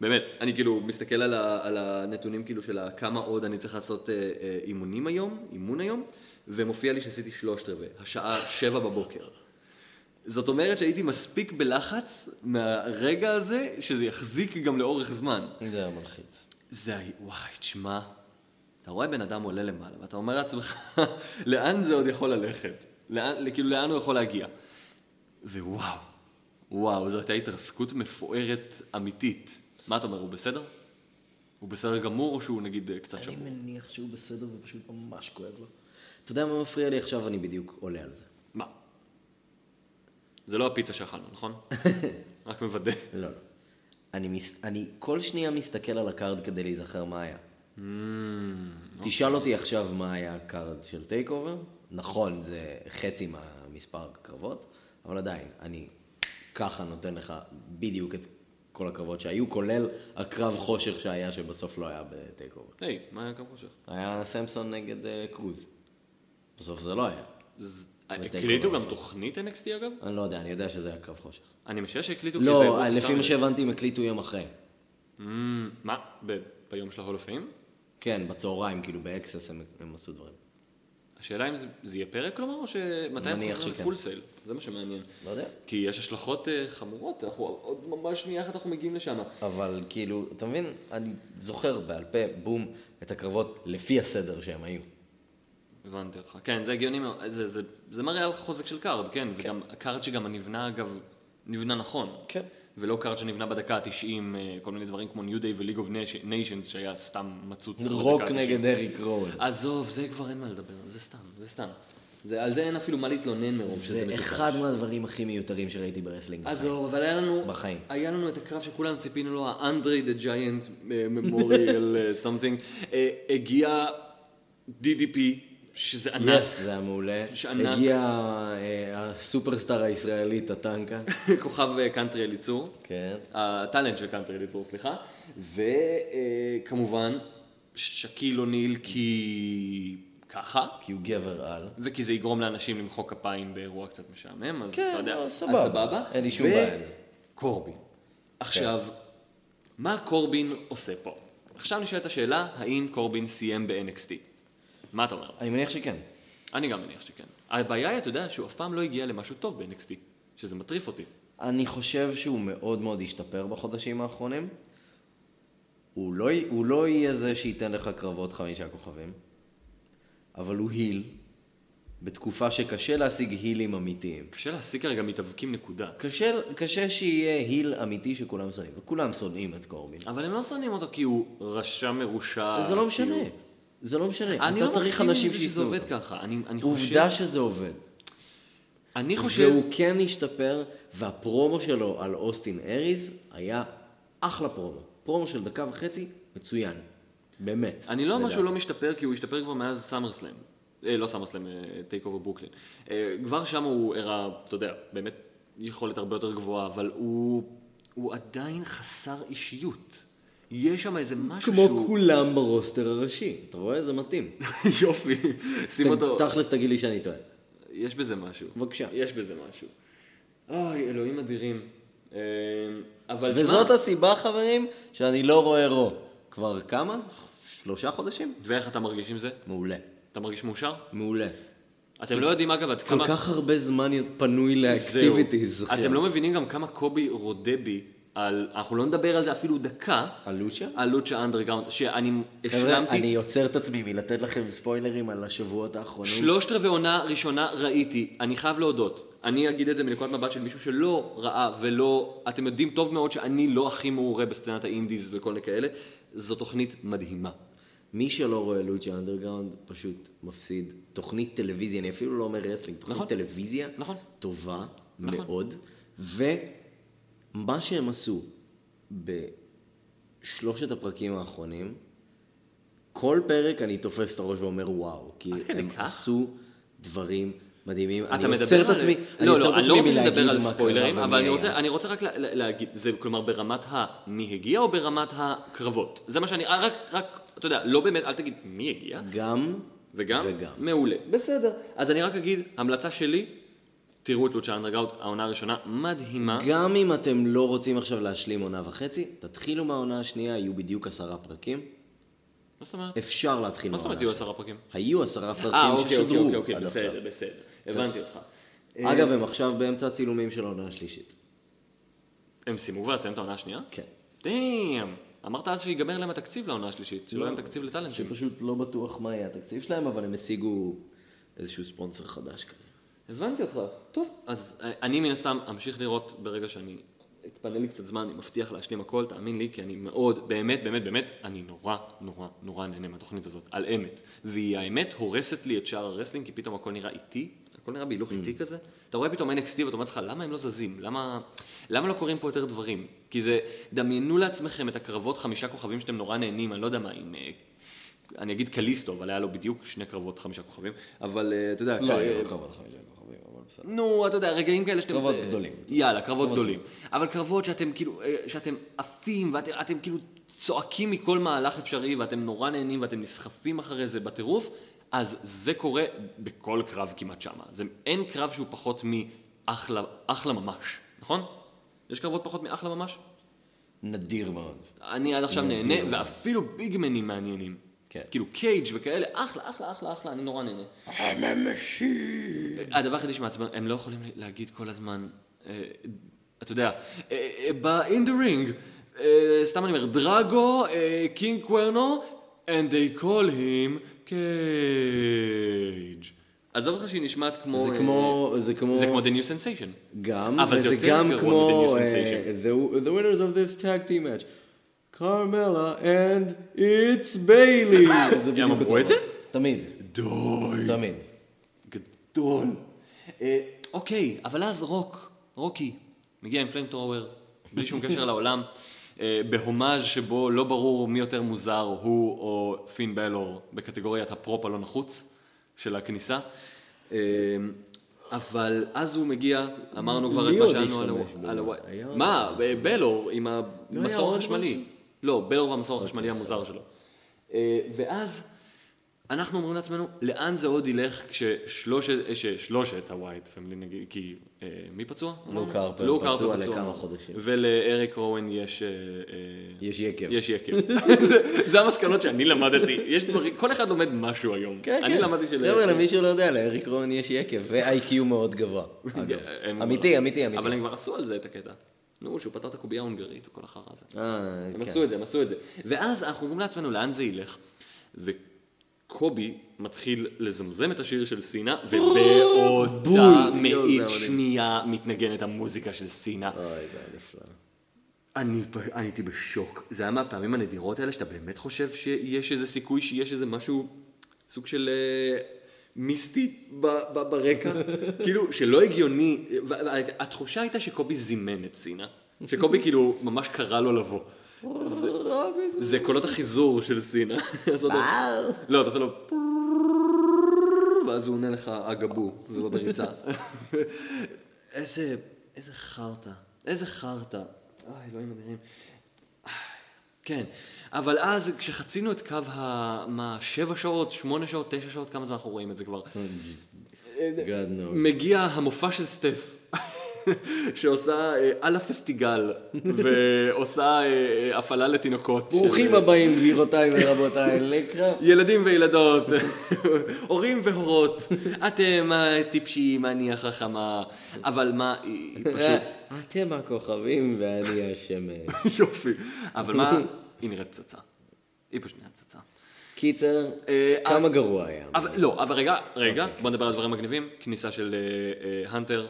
A: באמת, אני כאילו מסתכל על, ה, על הנתונים כאילו של ה- כמה עוד אני צריך לעשות אה, אה, אימונים היום, אימון היום, ומופיע לי שעשיתי שלושת רבעי, השעה שבע בבוקר. זאת אומרת שהייתי מספיק בלחץ מהרגע הזה, שזה יחזיק גם לאורך זמן.
B: זה היה מלחיץ.
A: זה, היה- וואי, תשמע, אתה רואה בן אדם עולה למעלה, ואתה אומר לעצמך, לאן זה עוד יכול ללכת? לאן, כאילו, לאן הוא יכול להגיע? ווואו, וואו, זו הייתה התרסקות מפוארת אמיתית. מה אתה אומר, הוא בסדר? הוא בסדר גמור, או שהוא נגיד אה, קצת
B: אני
A: שבור?
B: מניח שהוא בסדר ופשוט ממש כואב לו. אתה יודע מה מפריע לי עכשיו? אני בדיוק עולה על זה.
A: מה? זה לא הפיצה שאכלנו, נכון? רק מוודא.
B: לא, לא. אני, מס... אני כל שנייה מסתכל על הקארד כדי להיזכר מה היה. תשאל אותי עכשיו מה היה הקארד של טייק אובר. נכון, זה חצי מהמספר הקרבות, אבל עדיין, אני ככה נותן לך בדיוק את כל הקרבות שהיו, כולל הקרב חושך שהיה שבסוף לא היה בטייק אובר.
A: היי, מה היה קו חושך?
B: היה סמסון נגד אה, קרוז. בסוף זה לא היה.
A: ז-
B: בטייק
A: הקליטו
B: אובר
A: גם
B: בעצם.
A: תוכנית NXT אגב?
B: אני לא יודע, אני יודע שזה היה קרב חושך.
A: אני משער שהקליטו כי זה
B: לא,
A: אירוע
B: לפי
A: מותר.
B: מה שהבנתי הם הקליטו יום אחרי.
A: אמ, מה? ב- ביום של ההול הפיים?
B: כן, בצהריים, כאילו באקסס הם, הם עשו דברים.
A: השאלה אם זה, זה יהיה פרק כלומר, או שמתי הם
B: מניח
A: חוזרים
B: שכן.
A: לפול סייל? זה מה שמעניין.
B: לא יודע.
A: כי יש השלכות אה, חמורות, אנחנו עוד ממש שנייה אחת אנחנו מגיעים לשם.
B: אבל כאילו, אתה מבין, אני זוכר בעל פה, בום, את הקרבות לפי הסדר שהם היו.
A: הבנתי אותך. כן, זה הגיוני מאוד, זה, זה, זה מראה על חוזק של קארד, כן, וגם הקארד שגם נבנה אגב, נבנה נכון.
B: כן.
A: ולא קארד שנבנה בדקה ה-90, כל מיני דברים כמו ניו דיי וליג אוף ניישנס, שהיה סתם מצוץ. בדקה
B: רוק
A: ה-90.
B: נגד אריק רול.
A: עזוב, זה כבר אין מה לדבר, זה סתם, זה סתם. זה, על זה אין אפילו מה להתלונן מרוב שזה
B: זה
A: מטופש.
B: אחד מהדברים הכי מיותרים שראיתי ברסלינג.
A: עזוב, אבל היה לנו...
B: בחיים.
A: היה לנו את הקרב שכולנו ציפינו לו, האנדרי דה ג'יינט אה, ממוריאל סמטינג. הגיע DDP, שזה ענק.
B: יס, זה היה מעולה.
A: שענק.
B: הגיע אה, הסופרסטאר הישראלי, טטנקה.
A: (laughs) כוכב אה, קאנטרי אליצור.
B: כן.
A: הטאלנט של קאנטרי אליצור, סליחה. וכמובן, שקיל אוניל כי... ככה.
B: כי הוא גבר על.
A: וכי זה יגרום לאנשים למחוא כפיים באירוע קצת משעמם, אז
B: כן,
A: אתה יודע,
B: לא,
A: אז
B: סבבה.
A: סבבה.
B: אין לי שום
A: ו-
B: בעיה עם זה.
A: קורבין. עכשיו, מה קורבין עושה פה? עכשיו נשאלת השאלה, האם קורבין סיים ב-NXT? מה אתה אומר?
B: אני מניח שכן.
A: אני גם מניח שכן. הבעיה היא, אתה יודע, שהוא אף פעם לא הגיע למשהו טוב ב-NXT, שזה מטריף אותי.
B: אני חושב שהוא מאוד מאוד השתפר בחודשים האחרונים. הוא לא, י- הוא לא יהיה זה שייתן לך קרבות חמישה כוכבים, אבל הוא היל, בתקופה שקשה להשיג הילים אמיתיים.
A: קשה להשיג כרגע מתאבקים נקודה.
B: קשה, קשה שיהיה היל אמיתי שכולם שונאים, וכולם שונאים את קורבין.
A: אבל הם לא שונאים אותו כי הוא רשע מרושע.
B: זה לא
A: כי
B: משנה,
A: הוא-
B: זה לא
A: אה,
B: משנה.
A: כאילו, אני
B: אתה
A: לא
B: צריך
A: מסכים עם
B: אנשים
A: זה שזה
B: שישנאו
A: עובד
B: אותו.
A: ככה. אני אני חושב...
B: עובדה שזה עובד.
A: אני חושב...
B: והוא כן השתפר, והפרומו שלו על אוסטין אריז היה אחלה פרומו. פרומו של דקה וחצי, מצוין. באמת.
A: אני לא אומר
B: לדעתי.
A: שהוא לא משתפר, כי הוא השתפר כבר מאז סאמרסלאם. אה, לא סאמרסלאם, טייק אובר ברוקלין. אה, כבר שם הוא הראה, אתה יודע, באמת יכולת הרבה יותר גבוהה, אבל הוא, הוא עדיין חסר אישיות. יש שם איזה משהו
B: כמו
A: שהוא...
B: כולם ברוסטר הראשי, אתה רואה? זה מתאים.
A: (laughs) יופי, שים אותו.
B: תכלס תגיד לי שאני טועה.
A: יש בזה משהו.
B: בבקשה.
A: יש בזה משהו. אוי, אלוהים אדירים. אה, אבל
B: וזאת
A: תשמע,
B: הסיבה, חברים, שאני לא רואה רו. כבר כמה? שלושה חודשים?
A: ואיך אתה מרגיש עם זה?
B: מעולה.
A: אתה מרגיש מאושר?
B: מעולה.
A: אתם לא יודעים, אגב, עד כמה...
B: כל כך הרבה זמן פנוי
A: זהו.
B: לאקטיביטיז. אחי.
A: אתם לא מבינים גם כמה קובי רודה בי על, אנחנו לא נדבר על זה אפילו דקה,
B: על לוצ'ה?
A: על לוצ'ה אנדרגאונד, שאני
B: חבר'ה, אני
A: אה, השלמתי,
B: יוצר את עצמי מלתת לכם ספוילרים על השבועות האחרונים.
A: שלושת רבעי עונה ראשונה ראיתי, אני חייב להודות, אני אגיד את זה מנקודת מבט של מישהו שלא ראה ולא, אתם יודעים טוב מאוד שאני לא הכי מעורה בסצנת האינדיז וכל מיני כאלה, זו תוכנית מדהימה.
B: מי שלא רואה לוצ'ה אנדרגראונד פשוט מפסיד. תוכנית טלוויזיה, אני אפילו לא אומר רסלינג, תוכנית
A: נכון.
B: טלוויזיה
A: נכון.
B: טובה
A: נכון.
B: מאוד, ומה שהם עשו בשלושת הפרקים האחרונים, כל פרק אני תופס את הראש ואומר וואו, כי
A: עד כדי
B: הם
A: כך?
B: עשו דברים מדהימים.
A: אתה
B: אני
A: מדבר
B: עוצר את
A: על-
B: עצמי, אני
A: לא, לא,
B: עוצר את
A: אני לא
B: עצמי
A: רוצה
B: מלהגיד
A: לדבר על
B: מה קרה אה,
A: ספוילרים,
B: ומי
A: אבל אני
B: היה.
A: רוצה- אני רוצה רק לה- לה- להגיד, זה כלומר ברמת המי הגיע או ברמת הקרבות? זה מה שאני, אה, רק, רק, אתה יודע, לא באמת, אל תגיד מי הגיע,
B: גם
A: וגם?
B: וגם.
A: מעולה. בסדר. אז אני רק אגיד, המלצה שלי, תראו את לוצ'ה אנדרגאוט, העונה הראשונה מדהימה.
B: גם אם אתם לא רוצים עכשיו להשלים עונה וחצי, תתחילו מהעונה השנייה, יהיו בדיוק עשרה פרקים.
A: מה זאת אומרת?
B: אפשר להתחיל
A: מה זאת
B: מהעונה
A: אומרת יהיו עשרה פרקים?
B: היו עשרה
A: אה,
B: פרקים
A: אוקיי, אוקיי,
B: ששודרו
A: אוקיי, אוקיי,
B: עד עכשיו.
A: בסדר, אה. בסדר. הבנתי אותך.
B: אגב, הם עכשיו באמצע הצילומים של העונה השלישית.
A: הם סיימו כבר לציין את העונה השנייה?
B: כן.
A: דאם. אמרת אז שיגמר להם התקציב לעונה השלישית, שלא
B: לא.
A: יהיה להם תקציב לטאלנטים.
B: שפשוט לא בטוח מה יהיה התקציב שלהם, אבל הם השיגו איזשהו ספונסר חדש כזה.
A: הבנתי אותך. טוב, אז אה, אני מן הסתם אמשיך לראות ברגע שאני אתפנה לי קצת זמן, אני מבטיח להשלים הכל, תאמין לי, כי אני מאוד, באמת, באמת, באמת, אני נורא, נורא, נורא נהנה מהתוכנית הזאת, על אמת. והיא האמת הורסת לי את שאר הרסלינג, כי פתאום הכל נראה איטי, הכל נראה בהילוך איטי כזה. אתה רואה פתאום NXT ואתה אומר לעצמך, למה הם לא זזים? למה, למה לא קורים פה יותר דברים? כי זה, דמיינו לעצמכם את הקרבות חמישה כוכבים שאתם נורא נהנים, אני לא יודע מה, עם... אה, אני אגיד קליסטו, אבל היה לו בדיוק שני קרבות חמישה כוכבים, אבל אה, אתה
B: לא,
A: יודע, אה,
B: קרבות חמישה כוכבים, אבל בסדר.
A: נו, אתה יודע, רגעים כאלה שאתם...
B: קרבות
A: אה,
B: גדולים.
A: יאללה, קרבות גדולים. אבל קרבות שאתם כאילו, אה, שאתם עפים, ואתם אתם כאילו צועקים מכל מהלך אפשרי, ואתם נורא נהנים, ואתם נסחפים אחרי זה בטירוף, אז זה קורה בכל קרב כמעט שמה. זה, אין קרב שהוא פחות מאחלה אחלה ממש, נכון? יש קרבות פחות מאחלה ממש?
B: נדיר מאוד.
A: אני עד עכשיו
B: מדהים.
A: נהנה, ואפילו ביגמנים מעניינים.
B: כן.
A: כאילו קייג' וכאלה, אחלה, אחלה, אחלה, אחלה, אני נורא נהנה. הדבר היחידי שמעצבן, הם לא יכולים להגיד כל הזמן, אה, אתה יודע, אה, אה, ב-in the ring, אה, סתם אני אומר, דרגו, אה, קינג קוורנו, and they call him cage. עזוב אותך שהיא נשמעת כמו...
B: זה
A: אה,
B: כמו, זה כמו,
A: זה כמו the new sensation.
B: גם,
A: אבל זה
B: וזה
A: יותר
B: גם
A: גרוע
B: כמו,
A: מ-The New
B: אה,
A: Sensation.
B: the- the winners of this tag team match. Carmella and it's
A: (laughs)
B: Bailey. זה בדיוק
A: אמרו
B: אותו
A: את זה?
B: דבר. תמיד,
A: די.
B: תמיד.
A: גדול. אה, אוקיי, אבל אז רוק, רוקי, מגיע עם פליים טרוור, בלי שום קשר לעולם, אה, בהומאז' שבו לא ברור מי יותר מוזר, הוא או פין בלור, בקטגוריית הפרופ הלא נחוץ של הכניסה. אה, אבל אז הוא מגיע, אמרנו כבר את
B: מי
A: מה
B: עוד
A: שלנו על
B: השתמש
A: ה-
B: בו?
A: על
B: היה
A: הוואי.
B: עוד לא
A: מה, אה, בלור עם המסור
B: עוד
A: החשמלי.
B: משהו? אוקיי,
A: לא, בלור והמסור החשמלי המוזר שלו. אה, ואז אנחנו אומרים לעצמנו, לאן זה עוד ילך כששלושת, אה, ששלושת הווייט פמילי נגיד, כי אה, מי פצוע? אמרנו?
B: קרפר
A: לו
B: פצוע
A: קרפר
B: לכמה חודשים.
A: ולאריק רואן יש... אה, אה,
B: יש יקב.
A: יש יקב. (laughs) זה- זה המסקנות שאני למדתי. יש דברים, כל אחד לומד משהו היום.
B: כן,
A: אני
B: כן.
A: למדתי של...
B: חבר'ה, למי שלא יודע, לאריק רון יש יקב, ו-IQ מאוד
A: (laughs)
B: גבוה. אגב.
A: אה, הם-
B: אמיתי, אמיתי, אמיתי.
A: אבל הם כבר עשו על זה את הקטע. נו, שהוא פתר את הקובייה ההונגרית וכל החרא הזה.
B: אה,
A: הם
B: כן.
A: עשו את זה, הם עשו את זה. ואז אנחנו אומרים לעצמנו לאן זה ילך. וקובי מתחיל לזמזם את השיר של סינה, ובאותה
B: בול. יואו,
A: מאית
B: זה מדהים.
A: שנייה מתנגנת המוזיקה של סינה.
B: אוי, זה היה נפלא.
A: אני פ- אני הייתי בשוק. זה היה מהפעמים הנדירות האלה שאתה באמת חושב שיש איזה סיכוי שיש איזה משהו, סוג של אה, מיסטי ב- ב- (laughs) ברקע. כאילו, שלא הגיוני. ו- ו- התחושה הייתה שקובי זימן את סינה. שקובי כאילו ממש קרא לו לבוא. זה- זה קולות החיזור של סינה. (laughs) אז אתה-
B: וואו.
A: לא, אתה עושה לו... ואז הוא עונה לך אגבו,
B: (laughs)
A: ובריצה. איזה, איזה חרטא, איזה חרטא. אוי, אלוהים אדירים. כן, אבל אז כשחצינו את קו ה... מה, שבע שעות, שמונה שעות, תשע שעות, כמה זמן אנחנו רואים את זה כבר?
B: God knows.
A: מגיע המופע של סטף, (laughs) שעושה אה, על
B: (laughs)
A: הפסטיגל, ועושה אה, הפעלה לתינוקות. של- אה,
B: ברוכים הבאים, גבירותיי ורבותיי, לקרא.
A: ילדים וילדות, (laughs) הורים והורות, אתם הטיפשים, אני החכמה, אבל מה, היא (laughs) היא פשוט...
B: אה, אתם הכוכבים ואני השמש.
A: יופי. אבל
B: (laughs)
A: מה, היא נראית פצצה. היא פשוט נראית פצצה.
B: קיצר,
A: אה,
B: כמה אוקיי.
A: אבל-
B: גרוע היה.
A: אבל לא, אבל רגע, רגע, בוא נדבר על דברים מגניבים. כניסה של אה, אה, הנטר.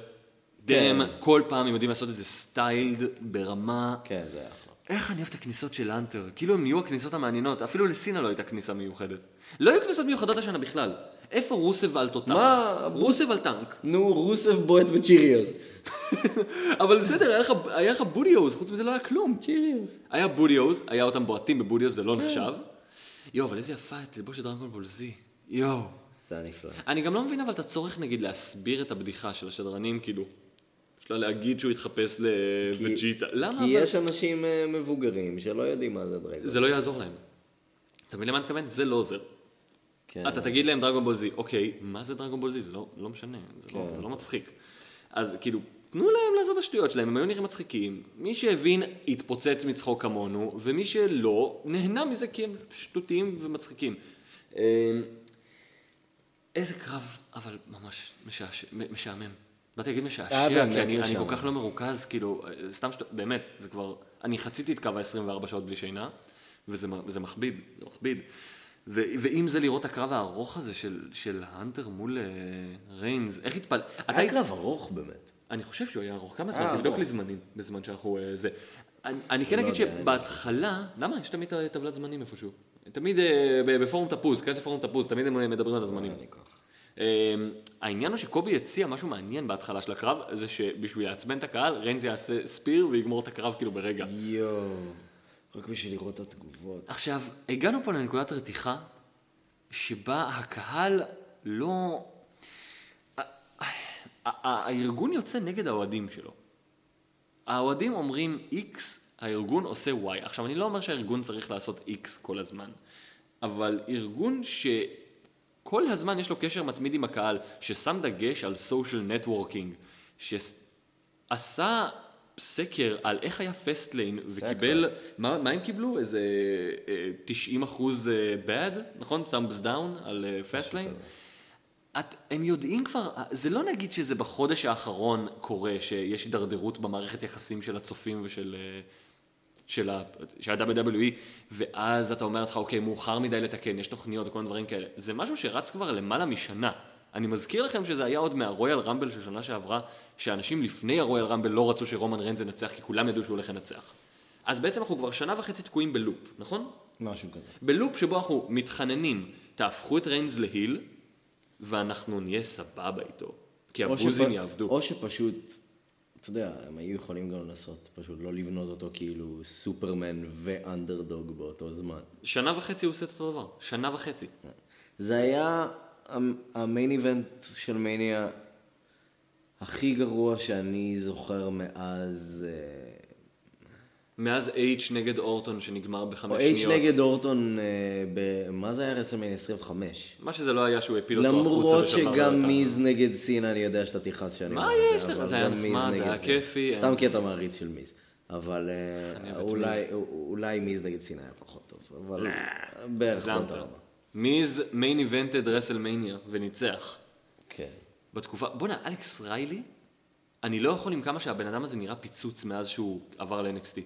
B: כן.
A: דאם, כל פעם הם יודעים לעשות את זה סטיילד ברמה...
B: כן, זה היה אחלה.
A: איך אני אוהב את הכניסות של האנטר, כאילו הם נהיו הכניסות המעניינות, אפילו לסינה לא הייתה כניסה מיוחדת. לא היו כניסות מיוחדות השנה בכלל. איפה רוסב על טוטנק?
B: מה?
A: רוסב על טנק.
B: נו, רוסף בועט בצ'יריוס.
A: אבל בסדר, היה לך- היה לך בודיוז, חוץ מזה לא היה כלום.
B: צ'יריוס.
A: היה בודיוז, היה אותם בועטים בבודיוז, זה לא נחשב.
B: כן.
A: יואו, אבל איזה יפה את תלבושת דרנגולבול זי. יואו.
B: זה היה נפלא.
A: אני גם לא מבין אבל את הצורך נגיד להסביר את הבדיחה של השדרנים, כאילו. יש לה להגיד שהוא התחפש לווג'יטה. למה?
B: כי
A: אבל-
B: יש אנשים אה, מבוגרים שלא יודעים מה זה דרגון.
A: זה לא יעזור להם. אתה מבין למה אני מתכוון? זה לא עוזר.
B: כן.
A: אתה תגיד להם דרגון בול זי, אוקיי, מה זה דרגון בול זי? זה לא, לא משנה, זה, לא,
B: כן.
A: זה לא מצחיק. אז כאילו, תנו להם לעשות את השטויות שלהם, הם היו נראים מצחיקים. מי שהבין, התפוצץ מצחוק כמונו, ומי שלא, נהנה מזה כי הם שטותיים ומצחיקים. אמ, איזה קרב, אבל ממש משעש... מ- משעמם. באתי להגיד
B: אה,
A: משעשע,
B: באמת,
A: כי אני, אני
B: משעמם.
A: כל כך לא מרוכז, כאילו, אה, סתם שאתה, באמת, זה כבר, אני חציתי את קו ה-24 שעות בלי שינה, וזה מ- זה מכביד, זה מכביד. ו, ואם זה לראות את הקרב הארוך הזה של, של האנטר מול אה, ריינס, איך התפל... אתה
B: היה
A: היית...
B: קרב ארוך באמת.
A: אני חושב שהוא היה ארוך, כמה
B: אה,
A: זמן? תבדוק
B: ארוך. לא
A: לי זמנים, בזמן שאנחנו... אה, זה. אני, אני כן אגיד
B: יודע, אין לי
A: שבהתחלה, למה? יש תמיד טבלת זמנים איפשהו. תמיד אה, ב- בפורום תפוז, כנס לפורום תפוז, תמיד הם אה, מדברים על הזמנים.
B: אין לי כוח.
A: אמ, העניין הוא שקובי הציע משהו מעניין בהתחלה של הקרב, זה שבשביל לעצבן את הקהל, ריינז יעשה ספיר ויגמור את הקרב כאילו ברגע.
B: יואו. רק בשביל לראות את התגובות.
A: עכשיו, הגענו פה לנקודת רתיחה, שבה הקהל לא... ה- ה- ה- הארגון יוצא נגד האוהדים שלו. האוהדים אומרים X, הארגון עושה Y. עכשיו, אני לא אומר שהארגון צריך לעשות X כל הזמן, אבל ארגון שכל הזמן יש לו קשר מתמיד עם הקהל, ששם דגש על סושיאל נטוורקינג, שעשה סקר על איך היה פסטליין, וקיבל, מה, מה הם קיבלו? איזה אה, 90 אחוז bad, נכון? thumbs down על פסטליין? את, הם יודעים כבר, זה לא נגיד שזה בחודש האחרון קורה, שיש הידרדרות במערכת יחסים של הצופים ושל אה, של, ה, של ה-WWE, E, ואז אתה אומר לעצמך, אוקיי, מאוחר מדי לתקן, יש תוכניות וכל מיני דברים כאלה. זה משהו שרץ כבר למעלה משנה. אני מזכיר לכם שזה היה עוד מהרויאל רמבל של שנה שעברה, שאנשים לפני הרויאל רמבל לא רצו שרומן ריינז ינצח, כי כולם ידעו שהוא הולך לנצח. אז בעצם אנחנו כבר שנה וחצי תקועים בלופ, נכון?
B: משהו כזה.
A: בלופ שבו אנחנו מתחננים, תהפכו את ריינז להיל, ואנחנו נהיה סבבה איתו. כי
B: או
A: כן, הבוזים
B: שפ-
A: יעבדו.
B: או שפשוט, אתה יודע, הם היו יכולים גם לנסות, פשוט לא לבנות אותו כאילו סופרמן ואנדרדוג באותו זמן.
A: שנה וחצי הוא עושה את אותו דבר. שנה וחצי.
B: זה היה המ- המיין איבנט של מניה הכי גרוע שאני זוכר מאז... אה,
A: מאז אייץ' נגד אורטון שנגמר בחמש
B: או
A: שניות.
B: אייץ' נגד אורטון, אה, ב- מה זה היה רסלמניה 25?
A: מה שזה לא היה שהוא הפיל אותו החוצה
B: למרות
A: ושבר לו את
B: שגם
A: ה-
B: מיז נגד סינה, אני יודע שאתה תכעס שאני
A: מה
B: אומר את
A: יש לך?
B: אבל
A: זה היה
B: גם מיז
A: נחמד, זה
B: נגד
A: היה
B: סינה.
A: כיפי. אה.
B: סתם כי אתה מעריץ של מיז. אבל אה,
A: אני אוהב את
B: אולי- אולי מיז נגד סינה היה פחות טוב, אבל בערך
A: אה, הגזמת.
B: באותה רמה.
A: מיז מיין איבנטד רסלמניה וניצח.
B: כן.
A: בתקופה, בואנה, אלכס ריילי, אני לא יכול עם כמה שהבן אדם הזה נראה פיצוץ מאז שהוא עבר ל-NXT.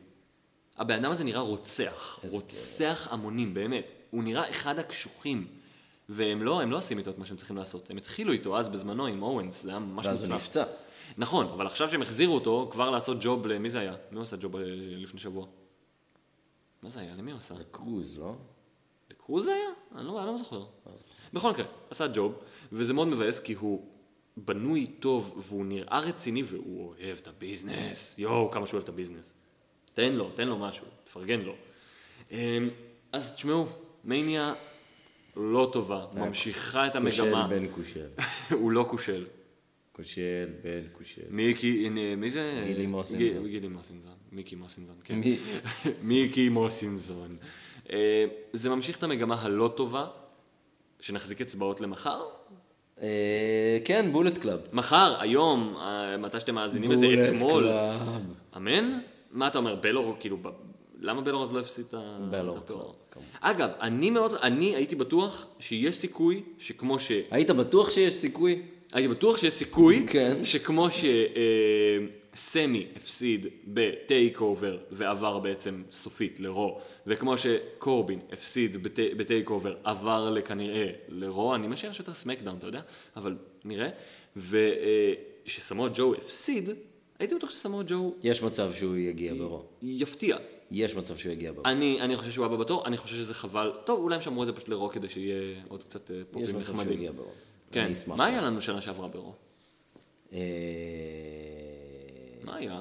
A: הבן אדם הזה נראה רוצח, רוצח המונים, באמת. הוא נראה אחד הקשוחים. והם לא, הם לא עושים איתו את מה שהם צריכים לעשות. הם התחילו איתו אז בזמנו עם אורנס, זה היה ממש מוצלח.
B: ואז הוא נפצע.
A: נכון, אבל עכשיו שהם החזירו אותו, כבר לעשות ג'וב ל... מי זה היה? מי הוא עשה ג'וב אה, לפני שבוע? מה זה היה? למי הוא עשה?
B: קרוז, לא?
A: לקרוז זה היה? אני לא, אני לא זוכר. בכל מקרה, עשה ג'וב, וזה מאוד מבאס כי הוא בנוי טוב והוא נראה רציני והוא אוהב את הביזנס. יואו, כמה שהוא אוהב את הביזנס. תן לו, תן לו משהו, תפרגן לו. אמ, אז תשמעו, מניה לא טובה, ממשיכה את
B: קושל
A: המגמה.
B: אה, בן קושל.
A: (laughs) הוא לא כושל.
B: קושל בן
A: (laughs)
B: קושל.
A: מיקי, הנה, מי זה?
B: גילי מוסינזון.
A: גיל- גילי מוסינזון, מיקי מוסינזון, כן.
B: מי-
A: מיקי מוסינזון. אה, זה ממשיך את המגמה הלא טובה, שנחזיק אצבעות למחר.
B: אה, כן, בולט קלאב.
A: מחר, היום, אה, מתי שאתם מאזינים לזה,
B: בולט
A: אתמול.
B: קלאב.
A: אמן? מה אתה אומר, בלור, כאילו, ב- למה בלור אז לא הפסיד את ה-
B: בלור,
A: את התואר? אגב, אני מאוד, אני הייתי בטוח שיש סיכוי שכמו ש...
B: היית בטוח שיש סיכוי?
A: הייתי בטוח שיש סיכוי,
B: כן.
A: שכמו שסמי הפסיד בטייק אובר ועבר בעצם סופית לרו, וכמו שקורבין הפסיד בטי- בטייק אובר עבר לכנראה לרו, אני משער שיותר סמקדאון, אתה יודע, אבל נראה, ושסמואל ג'ו הפסיד, הייתי בטוח שסמואל ג'ו
B: יש מצב שהוא יגיע ברור.
A: יפתיע.
B: יש מצב שהוא יגיע ברור.
A: אני, אני חושב שהוא הבא בתור, אני חושב שזה חבל. טוב, אולי הם שמרו את זה פשוט לרו כדי שיהיה עוד קצת אה,
B: יש
A: פופים
B: מצב שהוא
A: נחמדים.
B: יגיע ברור.
A: כן,
B: אני אשמח.
A: מה היה לנו שנה שעברה ברו?
B: אה,
A: מה היה?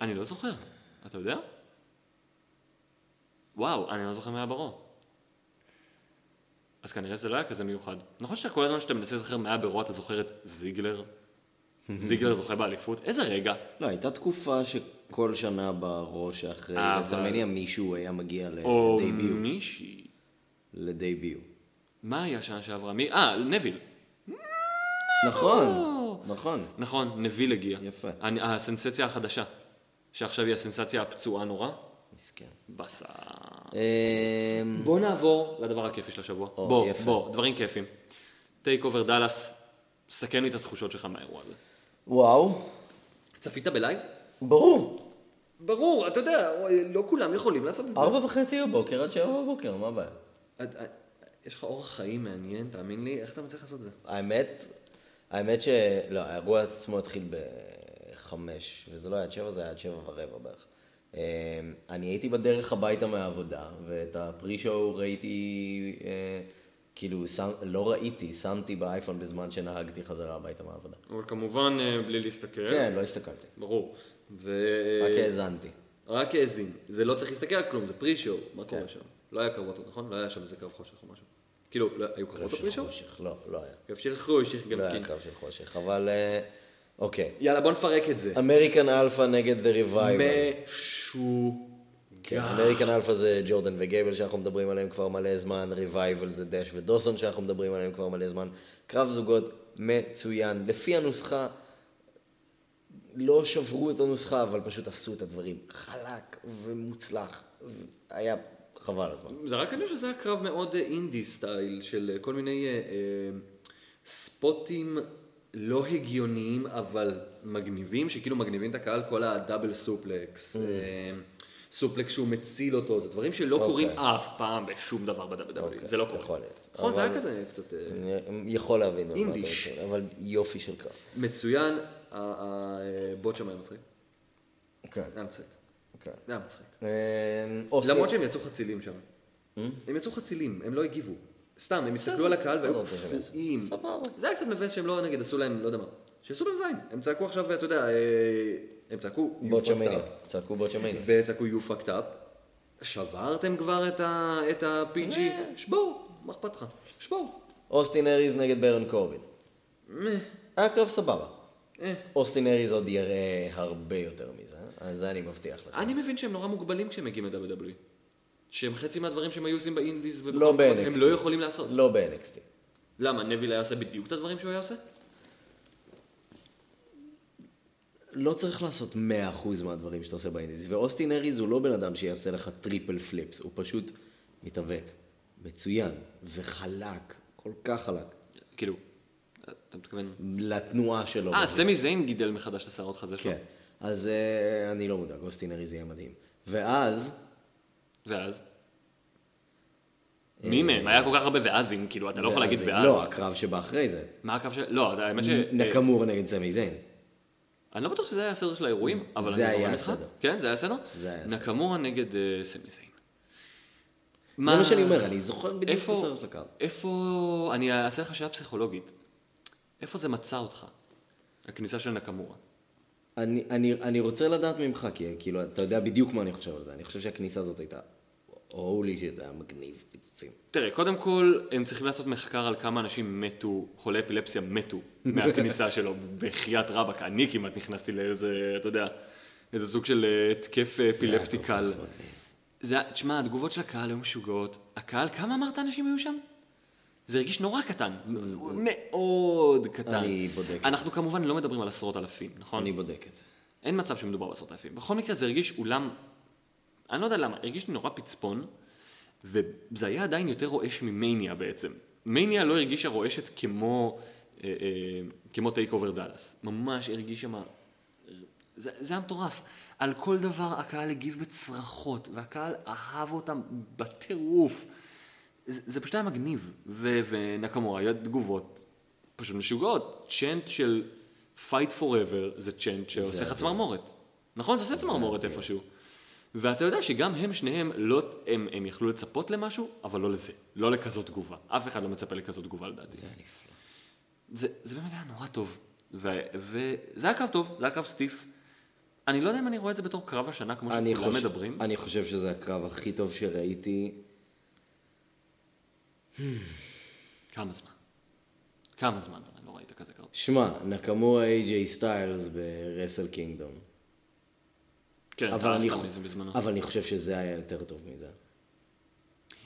A: אני לא זוכר. אתה יודע? וואו, אני לא זוכר מה היה ברו. אז כנראה זה לא היה כזה מיוחד. נכון שכל הזמן שאתה מנסה לזכר מה היה ברו, אתה זוכר את זיגלר? זיגלר זוכה באליפות? איזה רגע.
B: לא, הייתה תקופה שכל שנה בראש אחרי
A: אה, אבל-
B: רסלמניה מישהו היה מגיע
A: או
B: לדייביו.
A: מישהי.
B: לדייביו.
A: מה היה שנה שעברה? מי? אה, נביל.
B: נכון, נכון.
A: נכון, נביל הגיע.
B: יפה.
A: אני- הסנסציה החדשה. שעכשיו היא הסנסציה הפצועה נורא.
B: מסכן.
A: בסה.
B: אה,
A: בוא נעבור לדבר הכיפי של השבוע.
B: או,
A: בוא,
B: יפה.
A: בוא, דברים כיפים. טייק אובר דאלאס, סכן לי את התחושות שלך מהאירוע הזה.
B: וואו,
A: צפית בלייב?
B: ברור.
A: ברור, אתה יודע, לא כולם יכולים לעשות את אה,
B: ארבע וחצי בבוקר עד שבע בבוקר, מה הבעיה?
A: יש לך אורח חיים מעניין, תאמין לי, איך אתה מצליח לעשות את זה?
B: האמת, האמת שלא, האירוע עצמו התחיל בחמש, וזה לא היה עד שבע, זה היה עד שבע ורבע בערך. אמ, אני הייתי בדרך הביתה מהעבודה, ואת הפרי-שואו ראיתי, אה, כאילו, שם, לא ראיתי, שמתי באייפון בזמן שנהגתי חזרה הביתה מהעבודה.
A: אבל כמובן, אה, בלי להסתכל.
B: כן, לא הסתכלתי,
A: ברור. ו...
B: רק האזנתי.
A: רק האזין. זה לא צריך להסתכל על כלום, זה פרי-שואו, מה
B: כן.
A: קורה שם? לא היה קרב אותו, נכון? לא היה שם איזה קרב חושך או משהו. כאילו, לא- היו קרבות בפרי-שואו?
B: חושך, לא, לא היה.
A: קרב של חושך גם
B: לא
A: כן.
B: היה קרב של חושך, אבל אה, אוקיי.
A: יאללה, בוא נפרק את זה.
B: אמריקן אלפא נגד The Revival. כן,
A: משוגע.
B: אמריקן אלפא זה ג'ורדן וגייבל שאנחנו מדברים עליהם כבר מלא זמן, ריבייבל זה דש ודוסון שאנחנו מדברים עליהם כבר מלא זמן. קרב זוגות מצוין. לפי הנוסחה, לא שברו את הנוסחה, אבל פשוט עשו את הדברים חלק ומוצלח. היה חבל על הזמן.
A: זה רק אני חושב שזה היה קרב מאוד אה, אינדי סטייל של אה, כל מיני אה, אה, ספוטים לא הגיוניים אבל מגניבים, שכאילו מגניבים את הקהל, כל הדאבל סופלקס. אה, סופלקס שהוא מציל אותו, זה דברים שלא
B: אוקיי.
A: קורים אף פעם בשום דבר ב-WWE, זה לא קורה.
B: יכול להיות.
A: נכון, זה היה
B: אבל-
A: כזה קצת... אה,
B: אני יכול להבין. על מה אתה
A: אינדיש.
B: מתכוון, אבל יופי של קרב.
A: מצוין, ה- ה- אה, בוט שם היה מצחיק.
B: כן.
A: היה מצחיק.
B: כן.
A: היה מצחיק.
B: אה, אוסטין-
A: למרות שהם יצאו חצילים שם.
B: Hmm?
A: הם יצאו חצילים, הם לא הגיבו. סתם, הם הסתכלו על הקהל
B: לא
A: והיו
B: רוצה שהם יעשו.
A: קפואים.
B: סבבה.
A: זה היה קצת מבאס שהם לא נגד עשו להם, לא יודע מה. שיעשו להם זין. הם צעקו עכשיו, אתה יודע, אה, הם צעקו, "You fucked
B: בוצ'מניה.
A: up",
B: צעקו בוצ'מניה.
A: וצעקו you fucked up. שברתם כבר את ה- את ה-PG?
B: אה.
A: שבור, מה אכפת לך? שבור.
B: אוסטין אריז נגד ברן קורבין. אה.
A: אה.
B: היה קרב סבבה. אוסטין אריז עוד יראה הרבה יותר מזה, אז זה אני מבטיח לך.
A: אני מבין שהם נורא מוגבלים כשהם מגיעים ל-WWE. שהם חצי מהדברים שהם היו עושים באינדיז ובכל
B: לא
A: המקומות,
B: ב-NXT.
A: הם לא יכולים לעשות.
B: לא ב-NXT.
A: למה, נביל היה עושה בדיוק את הדברים שהוא היה עושה?
B: לא צריך לעשות 100% מהדברים שאתה עושה באינדיז, ואוסטין אריז הוא לא בן אדם שיעשה לך טריפל פליפס, הוא פשוט מתאבק, מצוין, וחלק, כל כך חלק,
A: כאילו, אתה מתכוון...
B: לתנועה שלו.
A: אה, סמי זיין גידל מחדש את השערות חזה שלו.
B: לא, כן. אז אה, אני לא מודאג, אוסטין אריז יהיה מדהים. ואז,
A: ואז? מי מהם? היה כל כך הרבה ואז אם, כאילו, אתה לא יכול להגיד ואז.
B: אה, לא, הקרב שבא אחרי זה.
A: מה הקו של... לא, אתה- האמת ש... אה,
B: נקמורה נגד סמי זיין.
A: אני לא בטוח שזה היה הסדר של האירועים, אבל
B: זה
A: אני זורם
B: היה
A: איתך.
B: הסדר.
A: כן, זה היה הסדר?
B: זה היה הסדר.
A: נקמורה נגד אה, סמי זיין.
B: זה מה שאני אומר, אני זוכר בדיוק את
A: איפה-
B: הסרט של הקרב.
A: איפה... אני אעשה לך שאלה פסיכולוגית. איפה זה מצא אותך? הכניסה של נקמורה.
B: אני, אני, אני רוצה לדעת ממך, כי כאילו, אתה יודע בדיוק מה אני חושב על זה. אני חושב שהכניסה הזאת הייתה, הולי שיט, זה היה מגניב, פיצוצים.
A: תראה, קודם כל, הם צריכים לעשות מחקר על כמה אנשים מתו, חולי אפילפסיה
B: (laughs)
A: מתו מהכניסה שלו, בחייאת רבאק. אני כמעט נכנסתי לאיזה, אתה יודע, איזה סוג של אה, התקף אה, אפילפטי
B: כל כך
A: קל.
B: מגניב.
A: זה היה- תשמע, התגובות של הקהל היו משוגעות. הקהל, כמה אמרת אנשים היו שם? זה הרגיש נורא קטן, מאוד קטן.
B: אני בודק.
A: אנחנו כמובן לא מדברים על עשרות אלפים, נכון?
B: אני בודק את זה.
A: אין מצב שמדובר בעשרות אלפים. בכל מקרה זה הרגיש אולם, אני לא יודע למה, הרגיש לי נורא פצפון, וזה היה עדיין יותר רועש ממניה בעצם. מניה לא הרגישה רועשת כמו, אה, אה, כמו טייק אובר דאלאס. ממש הרגיש שמה... זה, זה היה מטורף. על כל דבר הקהל הגיב בצרחות, והקהל אהב אותם בטירוף. זה, זה פשוט היה מגניב. ו, ונקמורה, היו תגובות פשוט משוגעות. צ'נט של fight forever זה צ'נט שעושה לך צמרמורת. נכון? זה עושה צמרמורת איפשהו. ואתה יודע שגם הם שניהם, לא, הם, הם יכלו לצפות למשהו, אבל לא לזה. לא לכזאת תגובה. אף אחד לא מצפה לכזאת תגובה לדעתי. זה זה, זה באמת היה נורא טוב. ו- וזה היה קרב טוב, זה היה קרב סטיף. אני לא יודע אם אני רואה את זה בתור קרב השנה, כמו
B: אני
A: שכולם
B: חושב-
A: מדברים.
B: אני חושב שזה הקרב הכי טוב שראיתי.
A: כמה זמן? כמה זמן אני לא ראית כזה קרב?
B: שמע, נקמורה איי-ג'יי סטיילס ברסל קינגדום.
A: כן,
B: אבל אני
A: אתה
B: חו-
A: אהבת מזה בזמנו.
B: אבל אני חושב שזה היה יותר טוב מזה.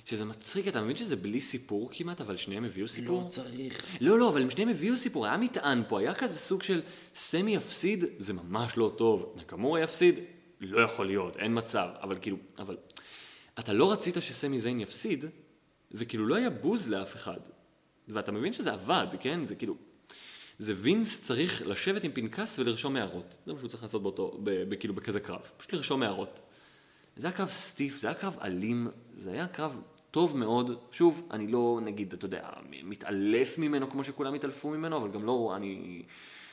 A: שזה מצחיק, אתה מבין שזה בלי סיפור כמעט, אבל שניהם הביאו סיפור?
B: לא צריך.
A: לא, לא, אבל הם שניהם הביאו סיפור, היה מטען פה, היה כזה סוג של סמי יפסיד, זה ממש לא טוב, נקמורה יפסיד, לא יכול להיות, אין מצב, אבל כאילו, אבל... אתה לא רצית שסמי זיין יפסיד, וכאילו לא היה בוז לאף אחד, ואתה מבין שזה עבד, כן? זה כאילו... זה וינס צריך לשבת עם פנקס ולרשום הערות. זה מה שהוא צריך לעשות באותו, ב- ב- כאילו בכזה קרב, פשוט לרשום הערות. זה היה קרב סטיף, זה היה קרב אלים, זה היה קרב טוב מאוד. שוב, אני לא, נגיד, אתה יודע, מתעלף ממנו כמו שכולם התעלפו ממנו, אבל גם לא, אני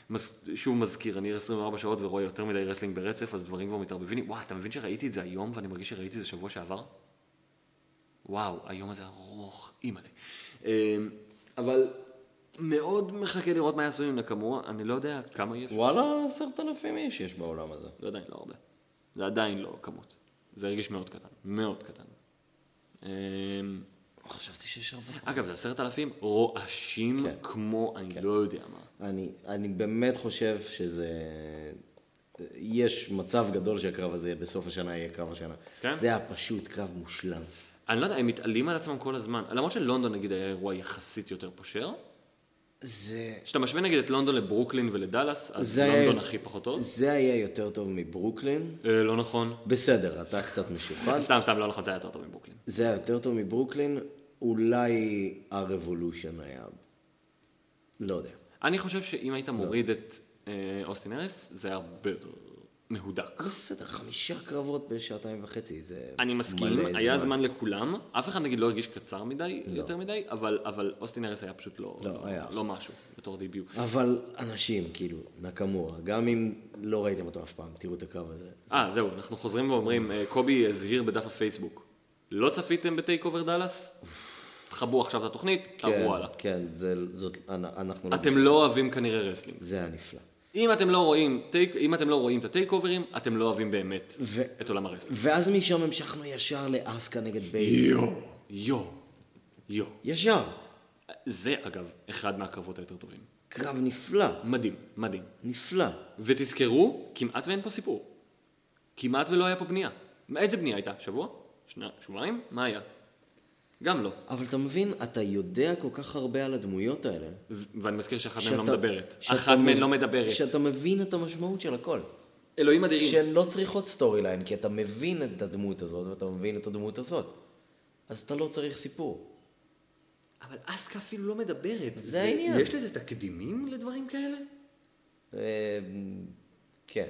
A: מז- שוב מזכיר, אני ער 24 שעות ורואה יותר מדי רסלינג ברצף, אז דברים כבר מתערבבים לי. וואי, אתה מבין שראיתי את זה היום ואני מרגיש שראיתי את זה שבוע שעבר? וואו, היום הזה ארוך, אימא'לה. אמ, אבל מאוד מחכה לראות מה יעשו עם נקמורה, אני לא יודע כמה יהיה.
B: וואלה, עשרת אלפים איש יש בעולם הזה.
A: זה עדיין לא הרבה. זה עדיין לא כמות. זה הרגיש מאוד קטן, מאוד קטן. אמ,
B: חשבתי שיש הרבה.
A: אגב, זה עשרת אלפים רועשים
B: כן.
A: כמו אני לא יודע מה.
B: אני, אני באמת חושב שזה... יש מצב גדול שהקרב הזה בסוף השנה יהיה קרב השנה.
A: כן?
B: זה היה פשוט קרב מושלם.
A: אני לא יודע, הם מתעלים על עצמם כל הזמן. למרות שלונדון נגיד היה אירוע יחסית יותר פושר.
B: זה...
A: כשאתה משווה נגיד את לונדון לברוקלין ולדאלאס, אז לונדון הכי פחות טוב.
B: זה היה יותר טוב מברוקלין.
A: אה, לא נכון.
B: בסדר, אתה קצת משוחד.
A: סתם, סתם, לא נכון, זה היה יותר טוב מברוקלין.
B: זה היה יותר טוב מברוקלין, אולי הרבולושן היה... לא יודע.
A: אני חושב שאם
B: לא.
A: היית מוריד את אה, אוסטין אריס, זה היה הרבה יותר מהודק.
B: בסדר, חמישה קרבות בשעתיים וחצי, זה...
A: אני
B: מלא
A: מסכים, היה זמן לכולם, אף אחד נגיד לא הרגיש קצר מדי,
B: לא.
A: יותר מדי, אבל, אבל אוסטין אריס היה פשוט לא,
B: לא, היה.
A: לא משהו בתור דיביו.
B: אבל אנשים, כאילו, נקמורה, גם אם לא ראיתם אותו אף פעם, תראו את הקרב הזה. זה-
A: אה, זהו, אנחנו חוזרים ואומרים, אה, קובי הזהיר בדף הפייסבוק, לא צפיתם בטייק אובר דאלאס? תחברו עכשיו את התוכנית, תעברו הלאה.
B: כן, זה, זאת, אנ- אנחנו לא...
A: אתם לא אוהבים כנראה רסלינג.
B: זה היה נפלא.
A: אם אתם לא רואים, טייק, אם אתם לא רואים את הטייק אוברים, אתם לא אוהבים באמת
B: ו-
A: את עולם הרסלינג.
B: ואז משם המשכנו ישר לאסקה נגד ביילי.
A: יו, יו.
B: ישר.
A: זה אגב, אחד מהקרבות היותר טובים.
B: קרב נפלא.
A: מדהים, מדהים.
B: נפלא.
A: ותזכרו, כמעט ואין פה סיפור. כמעט ולא היה פה בנייה. איזה בנייה הייתה? שבוע? שנה, שבועיים? מה היה? גם לא.
B: אבל אתה מבין, אתה יודע כל כך הרבה על הדמויות האלה.
A: ו- ואני מזכיר שאחת מהן לא
B: שאתה-
A: מדברת.
B: שאתה
A: אחת מהן
B: מב-
A: לא מדברת.
B: שאתה מבין את המשמעות של הכל.
A: אלוהים אדירים.
B: שהן לא צריכות סטורי ליין, כי אתה מבין את הדמות הזאת ואתה מבין את הדמות הזאת. אז אתה לא צריך סיפור.
A: אבל אסקה אפילו לא מדברת. זה,
B: העניין.
A: יש לזה תקדימים לדברים כאלה?
B: אה, כן.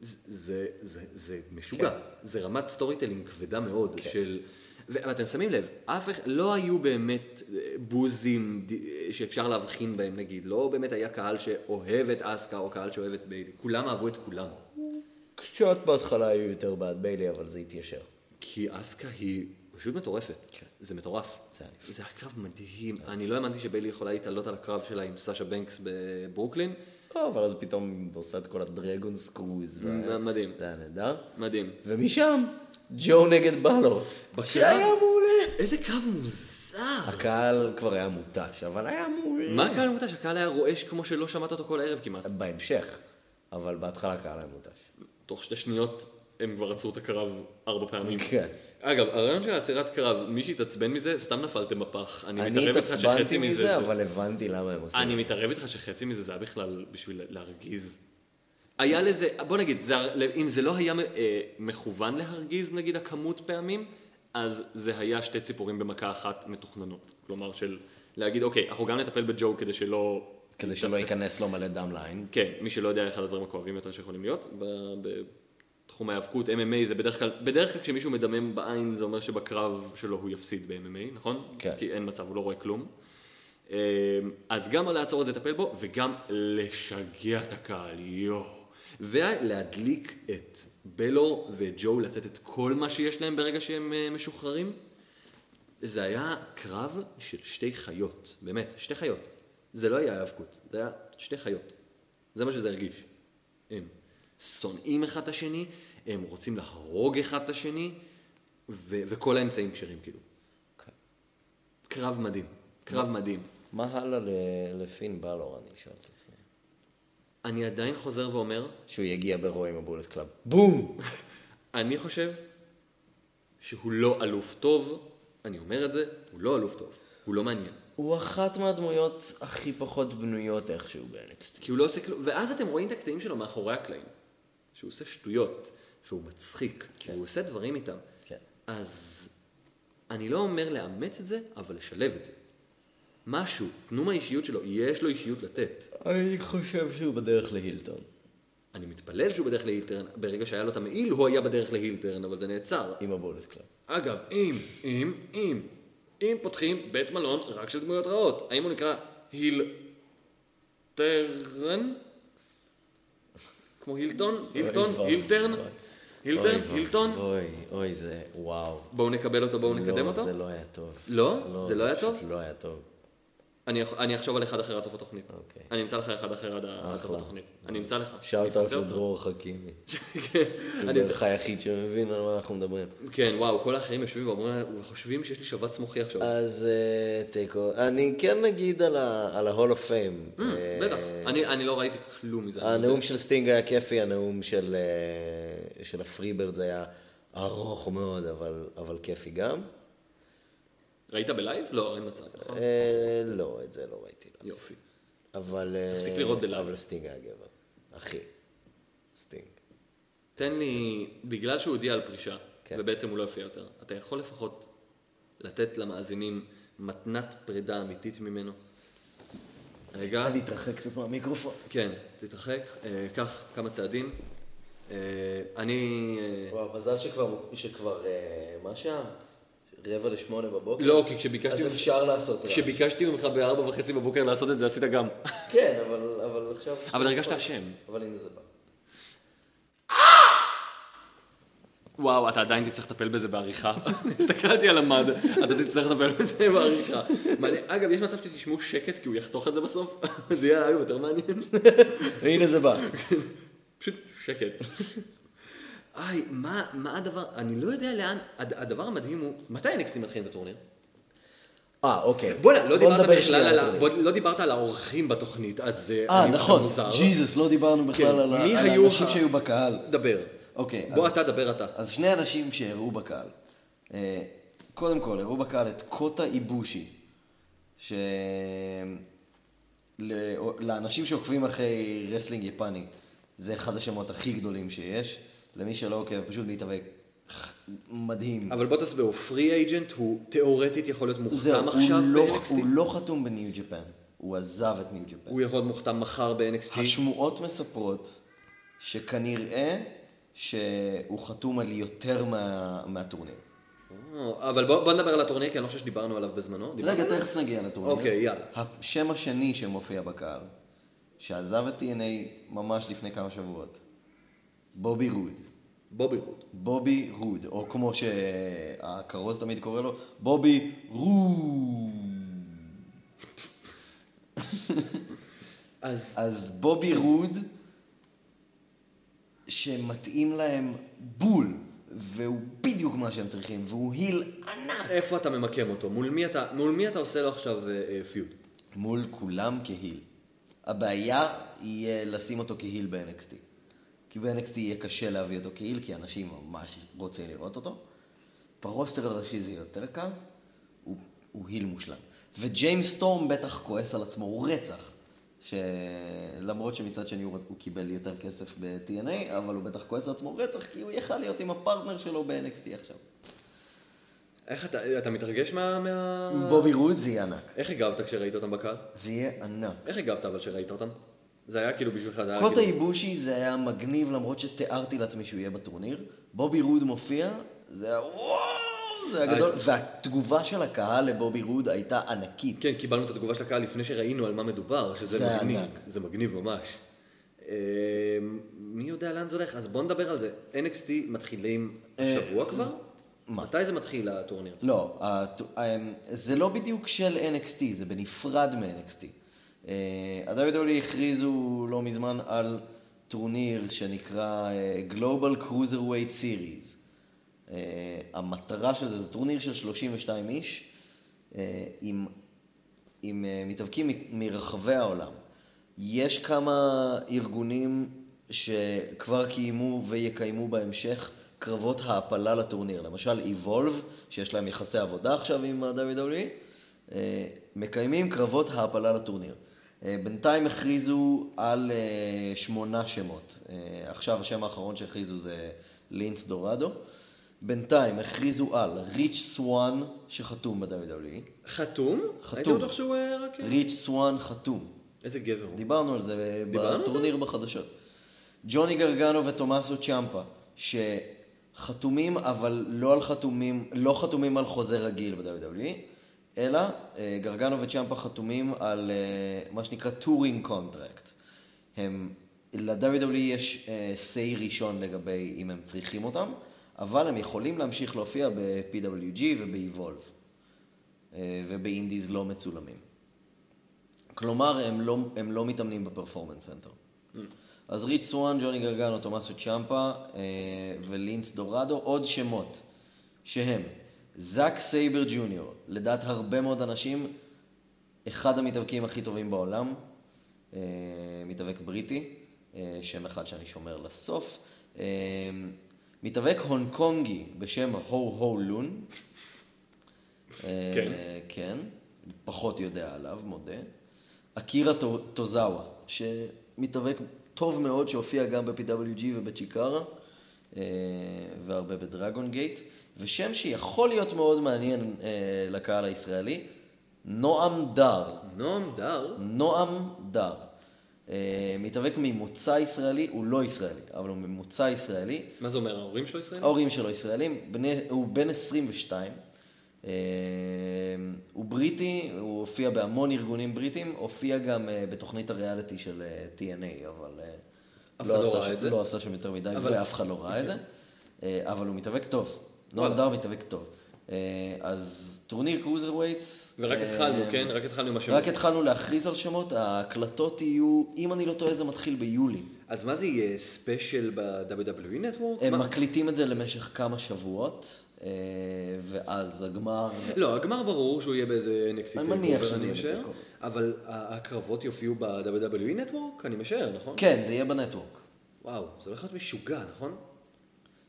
A: זה, זה, זה, זה משוגע. כן. זה רמת סטורי טלינג כבדה מאוד כן. של... ו- ואתם שמים לב, אף אחד, לא היו באמת אה, בוזים ד- אה, שאפשר להבחין בהם נגיד, לא באמת היה קהל שאוהב את אסקה או קהל שאוהב את ביילי, כולם אהבו את כולם.
B: קצת בהתחלה היו יותר בעד ביילי, אבל זה התיישר.
A: כי אסקה היא פשוט מטורפת. כן. זה מטורף.
B: זה היה נפלא.
A: זה היה קרב מדהים. אני לא האמנתי שביילי יכולה להתעלות על הקרב שלה עם סאשה בנקס בברוקלין.
B: לא, אבל אז פתאום עושה את כל הדרגון סקרוז. וה-
A: מדהים.
B: זה היה נהדר.
A: מדהים.
B: ומשם, ג'ו נגד בלור. שהיה מעולה.
A: איזה קרב מוזר!
B: הקהל כבר היה מותש, אבל היה מעולה.
A: מה הקהל מותש? הקהל היה רועש כמו שלא שמעת אותו כל הערב כמעט.
B: בהמשך, אבל בהתחלה הקהל היה מותש.
A: תוך שתי שניות הם כבר עצרו את הקרב ארבע פעמים.
B: כן.
A: אגב, הרעיון של עצירת קרב, מי שהתעצבן מזה, סתם נפלתם בפח. אני
B: אני
A: מתערב איתך
B: התעצבנתי
A: שחצי מזה...
B: מזה,
A: זה-
B: אבל הבנתי למה הם עושים.
A: אני מתערב איתך שחצי מזה זה היה בכלל בשביל להרגיז. היה לזה, בוא נגיד, זה, הר- אם זה לא היה אה, מכוון להרגיז נגיד הכמות פעמים, אז זה היה שתי ציפורים במכה אחת מתוכננות. כלומר של להגיד, אוקיי, אנחנו גם נטפל בג'ו כדי שלא...
B: כדי שלא ייכנס לו מלא דם לעין.
A: כן, מי שלא יודע, אחד הדברים הכואבים יותר שיכולים להיות. ב- בתחום ההיאבקות, MMA זה בדרך כלל, בדרך כלל כשמישהו מדמם בעין, זה אומר שבקרב שלו הוא יפסיד ב-MMA, נכון?
B: כן.
A: כי אין מצב, הוא לא רואה כלום. אמ, אז גם לעצור את זה, לטפל בו, וגם לשגע את הקהל, יואו. ולהדליק את בלור ואת ג'ו, לתת את כל מה שיש להם ברגע שהם אה, משוחררים. זה היה קרב של שתי חיות, באמת, שתי חיות. זה לא היה היאבקות, זה היה שתי חיות. זה מה שזה הרגיש. הם שונאים אחד את השני, הם רוצים להרוג אחד את השני, ו- וכל האמצעים כשרים כאילו. קרב מדהים, קרב מדהים.
B: מה הלאה ל- לפין בלור, אני שואל את עצמי.
A: אני עדיין חוזר ואומר,
B: שהוא יגיע ברוע עם הבולט קלאב. בום!
A: (laughs) אני חושב שהוא לא אלוף טוב, אני אומר את זה, הוא לא אלוף טוב, הוא לא מעניין.
B: הוא אחת מהדמויות הכי פחות בנויות איכשהו ב-NXT.
A: כי הוא לא עושה כלום, ואז אתם רואים את הקטעים שלו מאחורי הקלעים. שהוא עושה שטויות, שהוא מצחיק, כן. הוא עושה דברים איתם.
B: כן.
A: אז אני לא אומר לאמץ את זה, אבל לשלב את זה. משהו, תנו מהאישיות שלו, יש לו אישיות לתת.
B: אני חושב שהוא בדרך להילטון.
A: אני מתפלל שהוא בדרך להילטרן, ברגע שהיה לו את המעיל הוא היה בדרך להילטרן, אבל זה נעצר.
B: עם הבולט קלאב.
A: אגב, אם, אם, אם, אם פותחים בית מלון רק של דמויות רעות, האם הוא נקרא הילטרן? כמו
B: לא
A: הילטון? הילטון?
B: ואבוי.
A: הילטרן? הילטרן?
B: אוי,
A: הילטון?
B: אוי, אוי, זה וואו.
A: בואו נקבל אותו, בואו נקדם
B: לא,
A: אותו.
B: זה לא היה טוב.
A: לא? זה לא היה
B: פשוט
A: טוב?
B: לא היה טוב.
A: אני אח- אני אחשוב על אחד אחר עד סוף התוכנית.
B: אוקיי.
A: אני אמצא לך אחד אחר עד ה- עד סוף
B: אחלה.
A: התוכנית. אני אמצא לך.
B: שאוט
A: אני
B: אאוט
A: אפצה אותו.
B: לדרור חכימי.
A: (laughs) כן,
B: שהוא
A: אני אמצא-
B: בערך היחיד שמבין על מה אנחנו מדברים.
A: כן, וואו, כל האחרים יושבים ואומרים, חושבים שיש לי שבץ מוחי עכשיו.
B: אז אה, תיקו, אני כן אגיד על ה- על ה-Hall of Fame. אה,
A: בטח, אני אני לא ראיתי כלום מזה.
B: הנאום של סטינג היה כיפי, הנאום של, אה, של הפריברד היה ארוך מאוד, אבל, אבל כיפי גם.
A: ראית בלייב? לא, אין מצב. נכון?
B: אה, לא, את זה לא ראיתי. לא.
A: יופי.
B: אבל... אה,
A: תפסיק לראות בלייב.
B: אבל סטינג היה גבר. אחי, סטינג.
A: תן לי, בגלל שהוא הודיע על פרישה,
B: כן.
A: ובעצם הוא לא יופיע יותר, אתה יכול לפחות לתת למאזינים מתנת פרידה אמיתית ממנו? רגע,
B: אתרחק קצת מהמיקרופון.
A: כן, תתרחק, אה, קח כמה צעדים. אה, אני... אה,
B: וואו, מזל שכבר, שכבר אה, מה שעה? רבע לשמונה בבוקר?
A: לא, כי כשביקשתי...
B: אז אפשר לעשות רעש.
A: כשביקשתי ממך בארבע וחצי בבוקר לעשות את זה, עשית גם.
B: כן, אבל, אבל עכשיו...
A: אבל הרגשת אשם.
B: אבל הנה זה בא.
A: וואו, אתה עדיין תצטרך לטפל בזה בעריכה. (laughs) הסתכלתי על המד, אתה תצטרך לטפל בזה בעריכה. מעניין. אגב, יש מצב שתשמעו שקט כי הוא יחתוך את זה בסוף? (laughs) זה יהיה אגב יותר מעניין.
B: הנה זה בא.
A: פשוט שקט. היי, מה, מה הדבר, אני לא יודע לאן, הד- הדבר המדהים הוא, מתי NXT מתחילים את הטורניר?
B: אה, אוקיי.
A: בוא'נה, לא דיברת
B: נדבר
A: בכלל
B: שנייה
A: על, ה-
B: הטורניר.
A: בוא, לא דיברת על האורחים בתוכנית, אז...
B: אה,
A: אני-
B: נכון,
A: מוזר.
B: ג'יזוס, לא דיברנו בכלל
A: כן,
B: על ה-
A: מי
B: על
A: היו
B: האנשים
A: ה-
B: שהיו בקהל.
A: דבר.
B: אוקיי.
E: בוא
B: אז-
E: אתה, דבר אתה.
B: אז שני אנשים שהראו בקהל. אה, קודם כל, הראו בקהל את קוטה איבושי, ש... ל- לאנשים שעוקבים אחרי רסלינג יפני, זה אחד השמות הכי גדולים שיש. למי שלא עוקב, פשוט להתאבק. מדהים.
E: אבל בוא תסבירו, פרי אייג'נט הוא תיאורטית יכול להיות מוכתם
B: זהו, הוא
E: עכשיו
B: לא,
E: ב-NXT?
B: הוא לא חתום בניו ג'פן, הוא עזב את ניו ג'פן.
E: הוא יכול להיות מוכתם מחר ב-NXT?
B: השמועות מספרות שכנראה שהוא חתום על יותר מה, מהטורניר.
E: אה, אבל בוא בוא נדבר על הטורניר, כי אני לא חושב שדיברנו עליו בזמנו. דיברנו?
B: רגע, תכף נגיע לטורניר.
E: אוקיי, יאללה.
B: השם השני שמופיע בקהל, שעזב את TNA ממש לפני כמה שבועות, בובי רוד.
E: בובי רוד.
B: בובי רוד, או כמו שהכרוז תמיד קורא לו, בובי רוד.
E: אז
B: אז בובי רוד, שמתאים להם בול, והוא בדיוק מה שהם צריכים, והוא היל ענק.
E: איפה אתה ממקם אותו? מול מי אתה- מול מי אתה עושה לו עכשיו אה, אה, פיוד?
B: מול כולם כהיל. הבעיה יהיה לשים אותו כהיל ב-NXT. כי ב-NXT יהיה קשה להביא אותו כהיל, כי אנשים ממש רוצים לראות אותו. ברוסטר הראשי זה יותר קל, הוא, הוא היל מושלם. וג'יימס סטורם בטח כועס על עצמו, הוא רצח. שלמרות שמצד שני הוא, הוא קיבל יותר כסף ב-TNA, אבל הוא בטח כועס על עצמו רצח, כי הוא יכל להיות עם הפרטנר שלו ב-NXT עכשיו.
E: איך אתה, אתה מתרגש מה... מה...
B: בובי רוד זה יהיה ענק.
E: איך הגבת כשראית אותם בקהל?
B: זה יהיה ענק.
E: איך הגבת אבל כשראית אותם? זה היה כאילו בשבילך, זה היה
B: קוטה
E: כאילו...
B: איבושי זה היה מגניב למרות שתיארתי לעצמי שהוא יהיה בטורניר. בובי רוד מופיע, זה היה וואו, זה היה גדול. והתגובה של הקהל לבובי רוד הייתה ענקית.
E: כן, קיבלנו את התגובה של הקהל לפני שראינו על מה מדובר, שזה
B: זה
E: מגניב.
B: ענק.
E: זה מגניב ממש. אה, מי יודע לאן זה הולך? אז בוא נדבר על זה. NXT מתחילים
B: אה,
E: השבוע כבר?
B: מה?
E: מתי זה מתחיל הטורניר?
B: לא, הת- אמ, זה לא בדיוק של NXT, זה בנפרד מ-NXT. אה, ה-WWE E הכריזו לא מזמן על טורניר שנקרא אה, Global Cruiserweight Series. אה, המטרה של זה, זה טורניר של 32 איש, אה, עם, עם אה, מתאבקים מ- מרחבי העולם. יש כמה ארגונים שכבר קיימו ויקיימו בהמשך קרבות העפלה לטורניר. למשל Evolve, שיש להם יחסי עבודה עכשיו עם ה-WWE, אה, מקיימים קרבות העפלה לטורניר. אה, בינתיים הכריזו על אה, שמונה שמות. אה, עכשיו השם האחרון שהכריזו זה לינס דורדו. בינתיים הכריזו על ריץ' סוואן שחתום E. ב-WWE.
E: חתום? הייתי
B: חתום.
E: בטוח שהוא אה, רק...
B: ריץ' סוואן חתום.
E: איזה גבר הוא.
B: דיברנו על זה
E: דיברנו על
B: בטורניר בחדשות. ג'וני גרגנו וטומאסו צ'מפה, שחתומים אבל לא על חתומים, לא חתומים על חוזה רגיל ב-WWE, אלא אה, גרגנו וצ'מפה חתומים על אה, מה שנקרא טורינג קונטרקט. הם, ל-WWE יש אה, say ראשון לגבי אם הם צריכים אותם, אבל הם יכולים להמשיך להופיע ב-PWG וב-Evolve, אה, ובאינדיז לא מצולמים. כלומר, הם לא, הם לא מתאמנים בפרפורמנס סנטר. אז ריץ' סואן, ג'וני גרגנו, תומאסו צ'מפה אה, ולינס דורדו, עוד שמות שהם זאק סייבר ג'וניור, לדעת הרבה מאוד אנשים, אחד המתאבקים הכי טובים בעולם, אה, מתאבק בריטי, אה, שם אחד שאני שומר לסוף, אה, מתאבק הונג קונגי בשם הו הו לון, אה,
A: כן.
B: כן, פחות יודע עליו, מודה. אקירה טו- טוזאווה, שמתאבק טוב מאוד, שהופיע גם ב-PWG ובצ'יקרה, אה, והרבה בדרגון גייט, ושם שיכול להיות מאוד מעניין אה, לקהל הישראלי, נועם דר.
E: נועם דר?
B: נועם דר. אה, מתאבק ממוצא ישראלי, הוא לא ישראלי, אבל הוא ממוצא ישראלי.
E: מה זה אומר, ההורים שלו ישראלים?
B: ההורים שלו ישראלים, בני, הוא בן 22. אה, הוא בריטי, הוא הופיע בהמון ארגונים בריטים, הופיע גם אה, בתוכנית הריאליטי של אה, TNA, אבל אה,
E: אף אחד לא
B: עשה
E: ראה
B: שם-
E: את זה.
B: לא עשה שם יותר מדי,
E: אבל- אוקיי.
B: ואף אחד לא ראה את זה. אה, אבל הוא מתאבק טוב. נועם
E: וואלה.
B: דר מתאבק טוב. אה, אז טורניר קרוזר ווייטס.
E: ורק התחלנו, כן? רק התחלנו עם השמות.
B: רק התחלנו להכריז על שמות, ההקלטות יהיו, אם אני לא טועה, זה מתחיל ביולי.
E: אז מה זה יהיה ספיישל ב-WWE E Network?
B: הם
E: מה-
B: מקליטים את זה למשך כמה שבועות, אה, ואז הגמר...
E: לא, הגמר ברור שהוא יהיה באיזה NXT
B: אני מניח
E: takeover,
B: שזה
E: אני
B: יהיה
E: משער,
B: ב-takeover.
E: אבל ה- הקרבות יופיעו ב-WWE Network? אני משער, נכון?
B: כן, זה כן, יהיה בנטוורק.
E: וואו, זה הולך להיות משוגע, נכון?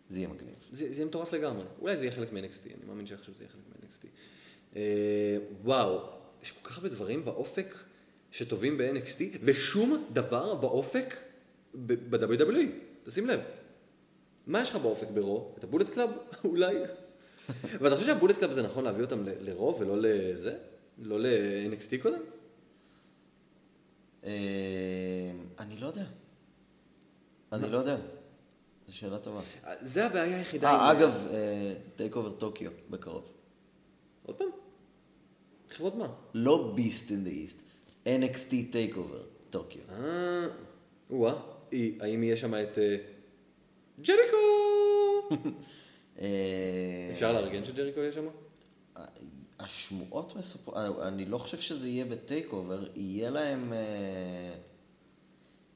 B: זה יהיה מגניב.
E: זה, זה יהיה מטורף לגמרי. אולי זה יהיה חלק מ-NXT, אני מאמין שעכשיו זה יהיה חלק מ-NXT. אה, וואו, יש כל כך הרבה דברים באופק שטובים ב-NXT, ושום דבר באופק ב- ב-WWE. תשים לב. מה יש לך באופק ברו? את הבולט קלאב? (laughs) אולי. ואתה חושב שהבולט קלאב זה נכון להביא אותם ל- לרו ולא לזה? לא ל-NXT קודם?
B: אה, אני לא יודע. אני לא יודע. זו שאלה טובה.
E: אה, זה הבעיה היחידה.
B: אה,
E: עם-
B: אגב, טייק אובר טוקיו בקרוב.
E: עוד פעם? חברות מה?
B: לא ביסט אין דה איסט, NXT טייק אובר טוקיו.
E: (laughs) אה, וואה, אי, האם יהיה שם את אה, ג'ריקו?
B: אה,
E: (laughs) אפשר לארגן שג'ריקו יהיה שם?
B: השמועות מספרות, אני לא חושב שזה יהיה בטייק אובר, יהיה להם... אה,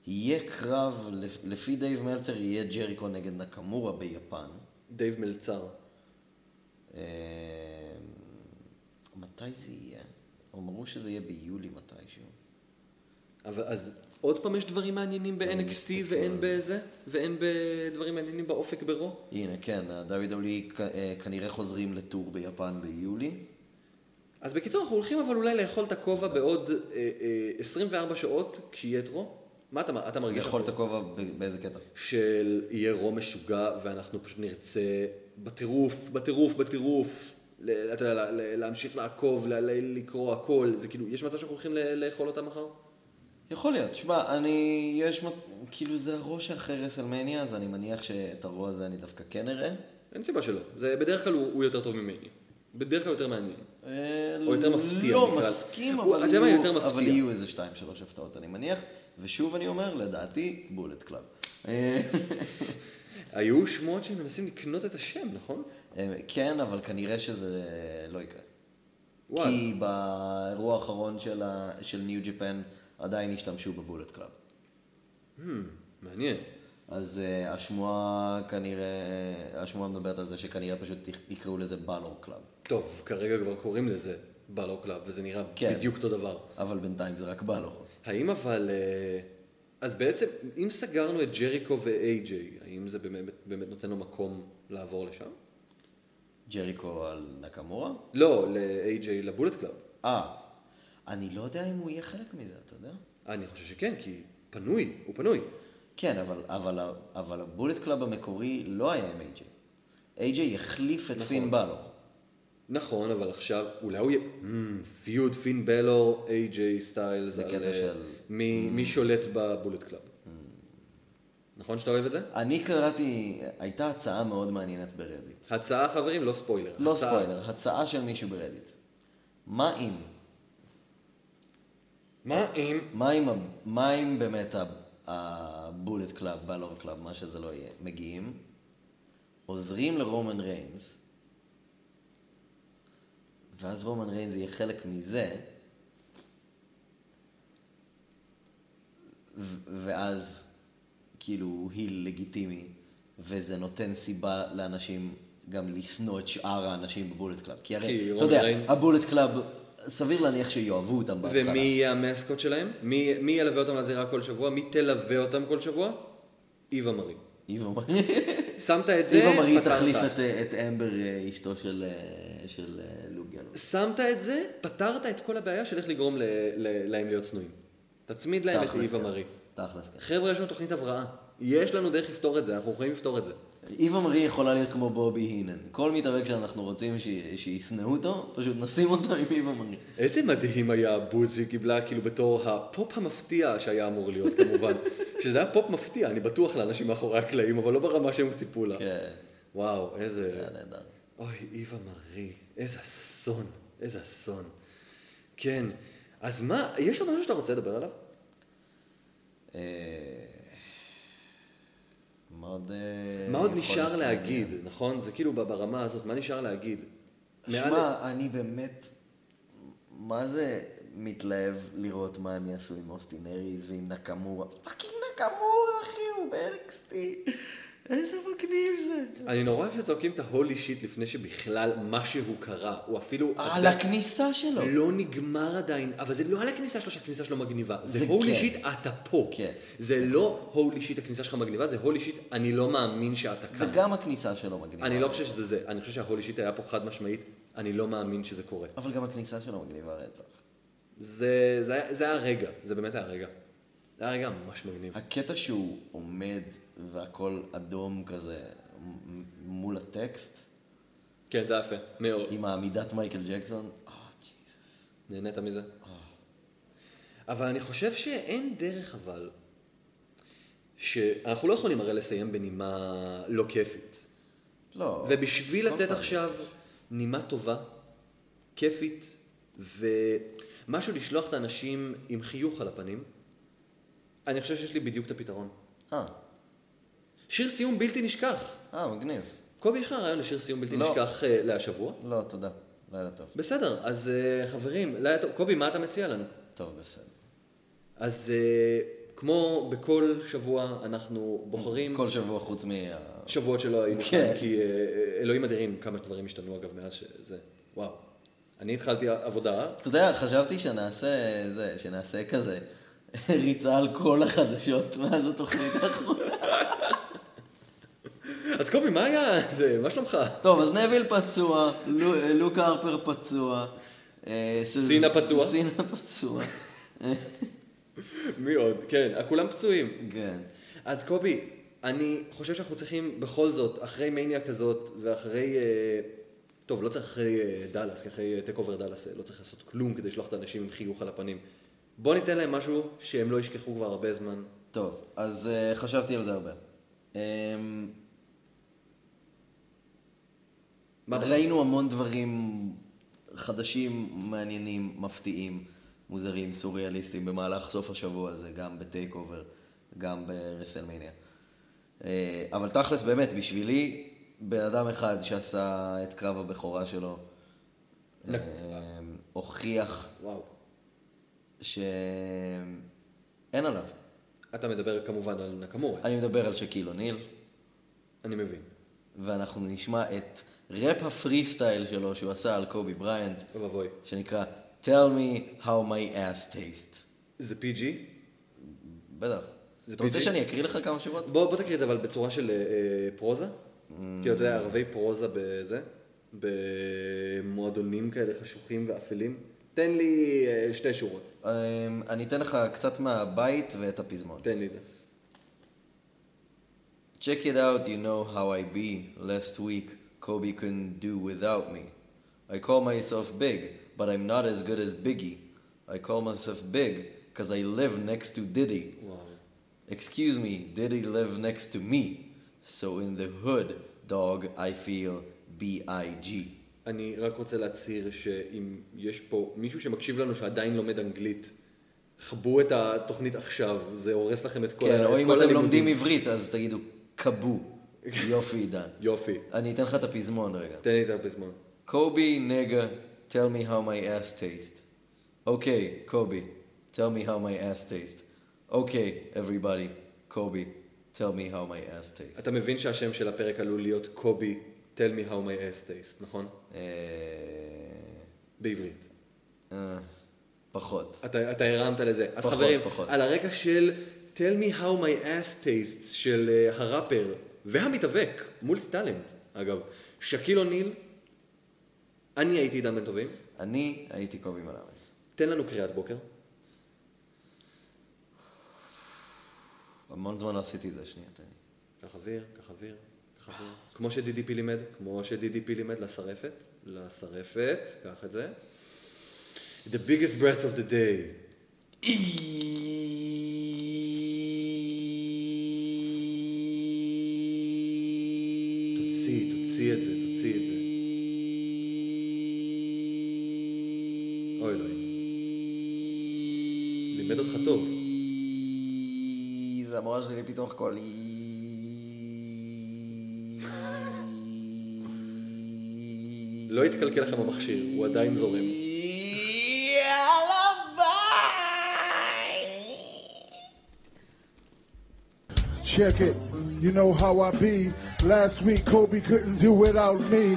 B: יהיה קרב, לפ- לפי דייב מלצר יהיה ג'ריקו נגד נקמורה ביפן.
E: דייב מלצר.
B: אה, מתי זה יהיה? אמרו שזה יהיה ביולי מתישהו.
E: אבל אז עוד פעם יש דברים מעניינים ב-NXT ואין בזה? ואין בדברים מעניינים באופק ברו?
B: הנה, כן, ה-WWE כ- אה, כנראה חוזרים לטור ביפן ביולי.
E: אז בקיצור, אנחנו הולכים אבל אולי לאכול את הכובע בעוד אה, אה, 24 שעות כשיהיה את רו? מה אתה, מ- אתה מרגיש?
B: לאכול את
E: אחורה?
B: הכובע ב- באיזה קטע?
E: של יהיה רום משוגע, ואנחנו פשוט נרצה בטירוף, בטירוף, בטירוף, ל- אתה יודע, ל- ל- להמשיך לעקוב, ל- ל- לקרוא הכל, זה כאילו, יש מצב שאנחנו הולכים ל- לאכול אותה מחר?
B: יכול להיות, שמע, אני, יש, מ- כאילו זה הראש שאחרי רסלמניה, אז אני מניח שאת הרוע הזה אני דווקא כן אראה.
E: אין סיבה שלא, זה בדרך כלל הוא, הוא יותר טוב ממני, בדרך כלל יותר מעניין.
B: אה,
E: או יותר מפתיע,
B: לא
E: נקרא לזה.
B: מסכים,
E: הוא-
B: אבל
E: אתה יודע מה, יותר
B: יהיו,
E: מפתיע.
B: אבל יהיו איזה שתיים, שלוש הפתעות, אני מניח. ושוב אני אומר, לדעתי, בולט קלאב. אה,
E: היו שמועות שהם מנסים לקנות את השם, נכון?
B: אה, כן, אבל כנראה שזה לא יקרה.
E: וואלה.
B: כי באירוע האחרון של, ה... של ניו ג'פן עדיין השתמשו בבולט קלאב.
E: מעניין.
B: אז uh, השמועה כנראה, אה, השמועה מדברת על זה שכנראה פשוט יקראו לזה בלור קלאב.
E: טוב, כרגע כבר קוראים לזה בלו קלאב, וזה נראה
B: כן.
E: בדיוק אותו דבר.
B: אבל בינתיים זה רק בלור.
E: האם אבל... אה, אז בעצם, אם סגרנו את ג'ריקו ואיי-ג'יי, האם זה באמת, באמת נותן לו מקום לעבור לשם?
B: ג'ריקו על נקמורה?
E: לא, ל-AJ לבולט קלאב.
B: אה, אני לא יודע אם הוא יהיה חלק מזה, אתה יודע?
E: אני חושב שכן, כי פנוי, הוא פנוי.
B: כן, אבל, אבל, ה- אבל הבולט קלאב המקורי לא היה עם איי-ג'יי. איי-ג'יי החליף את פין בלור.
E: נכון, אבל עכשיו, אולי הוא יהיה... פיוד, פין בלור, AJ סטיילס,
B: זה
E: על,
B: קטע
E: אה,
B: של- Mm.
E: מי, מי שולט בבולט קלאב. נכון שאתה אוהב את זה?
B: אני קראתי, הייתה הצעה מאוד מעניינת ברדיט.
E: הצעה, חברים, לא ספוילר.
B: לא
E: הצעה.
B: ספוילר, הצעה של מישהו ברדיט. מה אם?
E: מה אם...
B: מה אם, ה- מה אם באמת הבולט קלאב, בלור קלאב, מה שזה לא יהיה, מגיעים, עוזרים לרומן ריינס, ואז רומן ריינס יהיה חלק מזה, ו- ואז כאילו הוא היל לגיטימי, וזה נותן סיבה לאנשים גם לשנוא את שאר האנשים בבולט קלאב. כי
E: כי
B: הרי, אתה
E: רומן
B: יודע,
E: ריינס-
B: הבולט קלאב, סביר להניח שיאהבו אותם בהתחלה.
E: ומי יהיה המסקוט שלהם? מי, מי ילווה אותם לזירה כל שבוע? מי תלווה אותם כל שבוע? איווה מרי.
B: איבה
E: (laughs)
B: מרי.
E: שמת את זה,
B: זיווה מרי
E: פתרת.
B: תחליף את, אה, את אמבר, אה, אשתו של, אה, של אה, לוק גלו.
E: שמת את זה, פתרת את כל הבעיה של איך לגרום ל- ל- להם להיות צנועים. תצמיד להם את
B: תכלס,
E: איווה
B: כן.
E: מרי.
B: תכלס ככה.
E: חבר'ה, יש לנו תוכנית הבראה. יש לנו דרך לפתור את זה, אנחנו יכולים לפתור את זה.
B: איבה מרי יכולה להיות כמו בובי הינן. כל מתאבק שאנחנו רוצים ש- שישנאו אותו, פשוט נשים אותו עם איבה מרי.
E: איזה מדהים היה הבוז שהיא קיבלה, כאילו בתור הפופ המפתיע שהיה אמור להיות (laughs) כמובן. שזה היה פופ מפתיע, אני בטוח לאנשים מאחורי הקלעים, אבל לא ברמה שהם ציפו לה.
B: כן,
E: וואו, איזה...
B: זה היה כן, נהדר.
E: אוי, איווה מרי, איזה אסון, איזה אסון. כן, אז מה, יש עוד משהו שאתה רוצה לדבר עליו?
B: אה, מה עוד... אה,
E: מה עוד
B: יכול
E: נשאר
B: להיות
E: להגיד,
B: מעניין?
E: נכון? זה כאילו ברמה הזאת, מה נשאר להגיד? מעל-
B: שמע, אני באמת... מה זה מתלהב לראות מה הם יעשו עם אוסטין אריז ועם נקמורה? פאקינג נקמורה, אחי, הוא ב-NXT. איזה מגניב זה.
E: אני נורא אוהב שצועקים את ההולי שיט לפני שבכלל משהו קרה, הוא אפילו...
B: אה, על הכניסה שלו.
E: לא נגמר עדיין, אבל זה לא על הכניסה שלו שהכניסה שלו מגניבה. זה
B: זה
E: הולי
B: כן.
E: שיט, אתה פה.
B: כן.
E: זה לא הולי שיט, הכניסה שלך מגניבה, זה הולי שיט, אני לא מאמין שאתה כאן.
B: וגם הכניסה שלו מגניבה.
E: אני לא חושב שזה זה, אני חושב שההולי שיט היה פה חד משמעית, אני לא מאמין שזה קורה.
B: אבל גם הכניסה שלו מגניבה רצח.
E: זה, זה, היה- זה היה רגע, זה באמת היה רגע. זה היה רגע ממש מגניב.
B: הקטע שהוא עומד והכל אדום כזה מ- מול הטקסט,
E: כן, זה היה יפה, מאוד.
B: עם העמידת מייקל ג'קסון, אה, ג'יזוס.
E: נהנית מזה? אבל אני חושב שאין דרך אבל, שאנחנו לא יכולים הרי לסיים בנימה לא כיפית.
B: לא.
E: ובשביל
B: כל
E: לתת
B: פעם.
E: עכשיו נימה טובה, כיפית, ומשהו לשלוח את האנשים עם חיוך על הפנים, אני חושב שיש לי בדיוק את הפתרון.
B: אה,
E: שיר סיום בלתי נשכח.
B: אה, מגניב.
E: קובי, יש לך רעיון לשיר סיום בלתי
B: לא.
E: נשכח אה, להשבוע?
B: לא, תודה. לילה טוב.
E: בסדר, אז אה, חברים, לילה טוב. קובי, מה אתה מציע לנו?
B: טוב, בסדר.
E: אז אה, כמו בכל שבוע אנחנו בוחרים
B: כל שבוע חוץ מה...
E: שבועות שלא היינו
B: כן.
E: כאן, כי אה, אה, אלוהים אדירים כמה דברים השתנו אגב מאז שזה, וואו. אני התחלתי עבודה,
B: אתה יודע, חשבתי שנעשה זה, שנעשה כזה (laughs) ריצה על כל החדשות מאז התוכנית האחרונה.
E: אז קובי מה היה (laughs) זה, מה שלומך?
B: טוב, אז נביל פצוע, לו- אה, לוק הרפר פצוע. אה, ס-
E: סינה פצוע.
B: סינה פצוע.
E: מי עוד? כן, אה, כולם פצועים.
B: כן.
E: אז קובי, אני חושב שאנחנו צריכים בכל זאת, אחרי מניה כזאת, ואחרי... אה, טוב, לא צריך אחרי אה, דאלאס, כי אחרי טק אובר דאלאס אה, לא צריך לעשות כלום כדי לשלוח את האנשים עם חיוך על הפנים. בוא ניתן להם משהו שהם לא ישכחו כבר הרבה זמן.
B: טוב, אז אה, חשבתי על זה הרבה. אמ,
E: מה בחרת?
B: ראינו המון דברים חדשים, מעניינים, מפתיעים, מוזרים, סוריאליסטים במהלך סוף השבוע הזה, גם בטייק אובר, גם ברסלמניה. אה, אבל תכלס, באמת, בשבילי, בן אדם אחד שעשה את קרב הבכורה שלו,
E: נק-
B: אה, הוכיח
E: וואו.
B: שאין עליו.
E: אתה מדבר כמובן על נקמורה,
B: אני מדבר על שקיל אוניל,
E: אני מבין.
B: ואנחנו נשמע את ראפ הפרי סטייל שלו שהוא עשה על קובי בריינט.
E: אוי ואבוי.
B: שנקרא Tell me how my ass tastes.
E: זה PG?
B: בטח.
E: זה
B: אתה רוצה
E: PG?
B: שאני אקריא לך כמה שורות?
E: בוא, בוא תקריא את זה אבל בצורה של אה, אה, פרוזה.
B: Mm.
E: כאילו, אתה יודע, ערבי פרוזה בזה, במועדונים כאלה חשוכים ואפלים. תן לי אה, שתי שורות,
B: אמ, אני אתן לך קצת מהבית ואת הפזמון.
E: תן לי את זה.
B: Check it out, you know how I be. Last week, Kobe couldn't do without me. I call myself big, but I'm not as good as Biggie. I call myself big, cause I live next to Diddy. Excuse me, Diddy live next to me. So in the hood, dog, I feel B-I-G.
E: אני רק רוצה להצהיר שאם יש פה מישהו שמקשיב לנו שעדיין לומד אנגלית, חבו את התוכנית עכשיו, זה הורס לכם את כל
B: כן,
E: ה-
B: או
E: את
B: אם
E: כל
B: אתם
E: הלימודים.
B: לומדים עברית, אז תגידו, כבו. יופי, עידן.
E: יופי,
B: אני אתן לך את הפזמון רגע.
E: תן לי את הפזמון.
B: Kobe, nigga, tell me how my ass tastes. Okay, Kobe, tell me how my ass tastes. Okay, everybody, Kobe, tell me how my ass tastes.
E: אתה מבין שהשם של הפרק עלול להיות קובי, tell me how my ass taste, נכון?
B: אה,
E: בעברית.
B: אה, פחות.
E: אתה, אתה הרמת לזה. אז
B: פחות,
E: חברים,
B: פחות.
E: על הרקע של tell me how my ass tastes של אה, הראפר והמתאבק, מולטי טאלנט, אגב, שקיל אוניל, אני הייתי עידן בן טובים,
B: אני הייתי קובי מלאמי.
E: תן לנו קריאת בוקר.
B: המון זמן לא עשיתי את זה, שנייה, תן לי.
E: קח אוויר, קח אוויר, קח אוויר. כמו ש-DDP לימד, כמו ש-DDP לימד לשרפת, לשרפת, קח את זה. The biggest breath of the day. תוציא, תוציא את זה, תוציא את זה. אוי אלוהים. לימד אותך טוב.
B: זה המורה שלי לפיתוח קולי.
E: לא התקלקל לכם המכשיר, הוא עדיין זורם.
B: יאללה ביי!
F: Check it. You know how I be. Last week, Kobe couldn't do without me.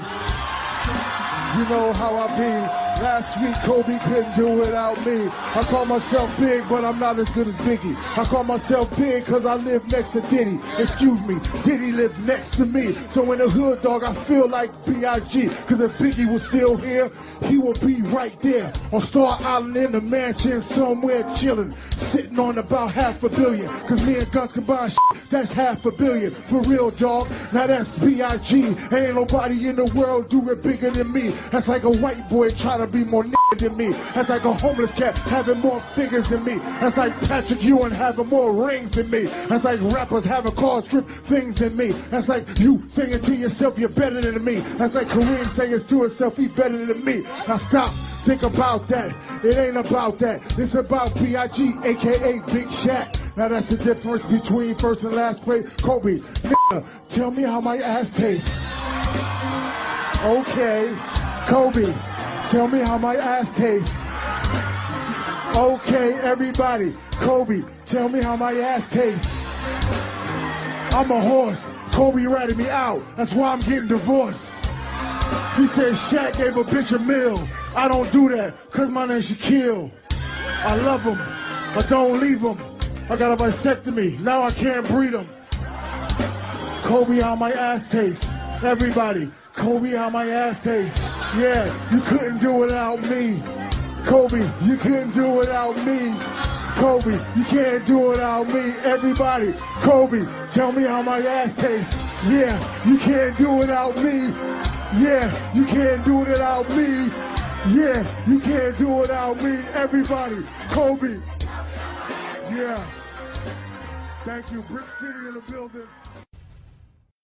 F: You know how I be. Last week, Kobe couldn't do without me. I call myself big, but I'm not as good as Biggie. I call myself big because I live next to Diddy. Excuse me, Diddy lives next to me. So in the hood, dog, I feel like B.I.G. Because if Biggie was still here, he would be right there on Star Island in the mansion somewhere chilling, sitting on about half a billion. Because me and Guns combined, shit, that's half a billion. For real, dog. Now that's B.I.G. Ain't nobody in the world do it bigger than me. That's like a white boy trying to be more nigga than me. That's like a homeless cat having more figures than me. That's like Patrick Ewing having more rings than me. That's like rappers having car strip things than me. That's like you singing to yourself, you're better than me. That's like Kareem singing to himself, he better than me. Now stop. Think about that. It ain't about that. It's about B.I.G., aka Big Shaq. Now that's the difference between first and last place. Kobe, nigga, tell me how my ass tastes. Okay. Kobe, tell me how my ass tastes. Okay, everybody. Kobe, tell me how my ass tastes. I'm a horse. Kobe ratted me out. That's why I'm getting divorced. He said Shaq gave a bitch a meal. I don't do that, cause my name Shaquille. I love him. I don't leave him. I got a vasectomy. Now I can't breed him. Kobe how my ass tastes. Everybody, Kobe how my ass tastes. Yeah, you couldn't do without me. Kobe, you couldn't do without me. Kobe, you can't do without me. Everybody, Kobe, tell me how my ass tastes. Yeah, you can't do without me. Yeah, you can't do without me. Yeah, you can't do without me. Everybody, Kobe. Yeah. Thank you. Brick City in the building.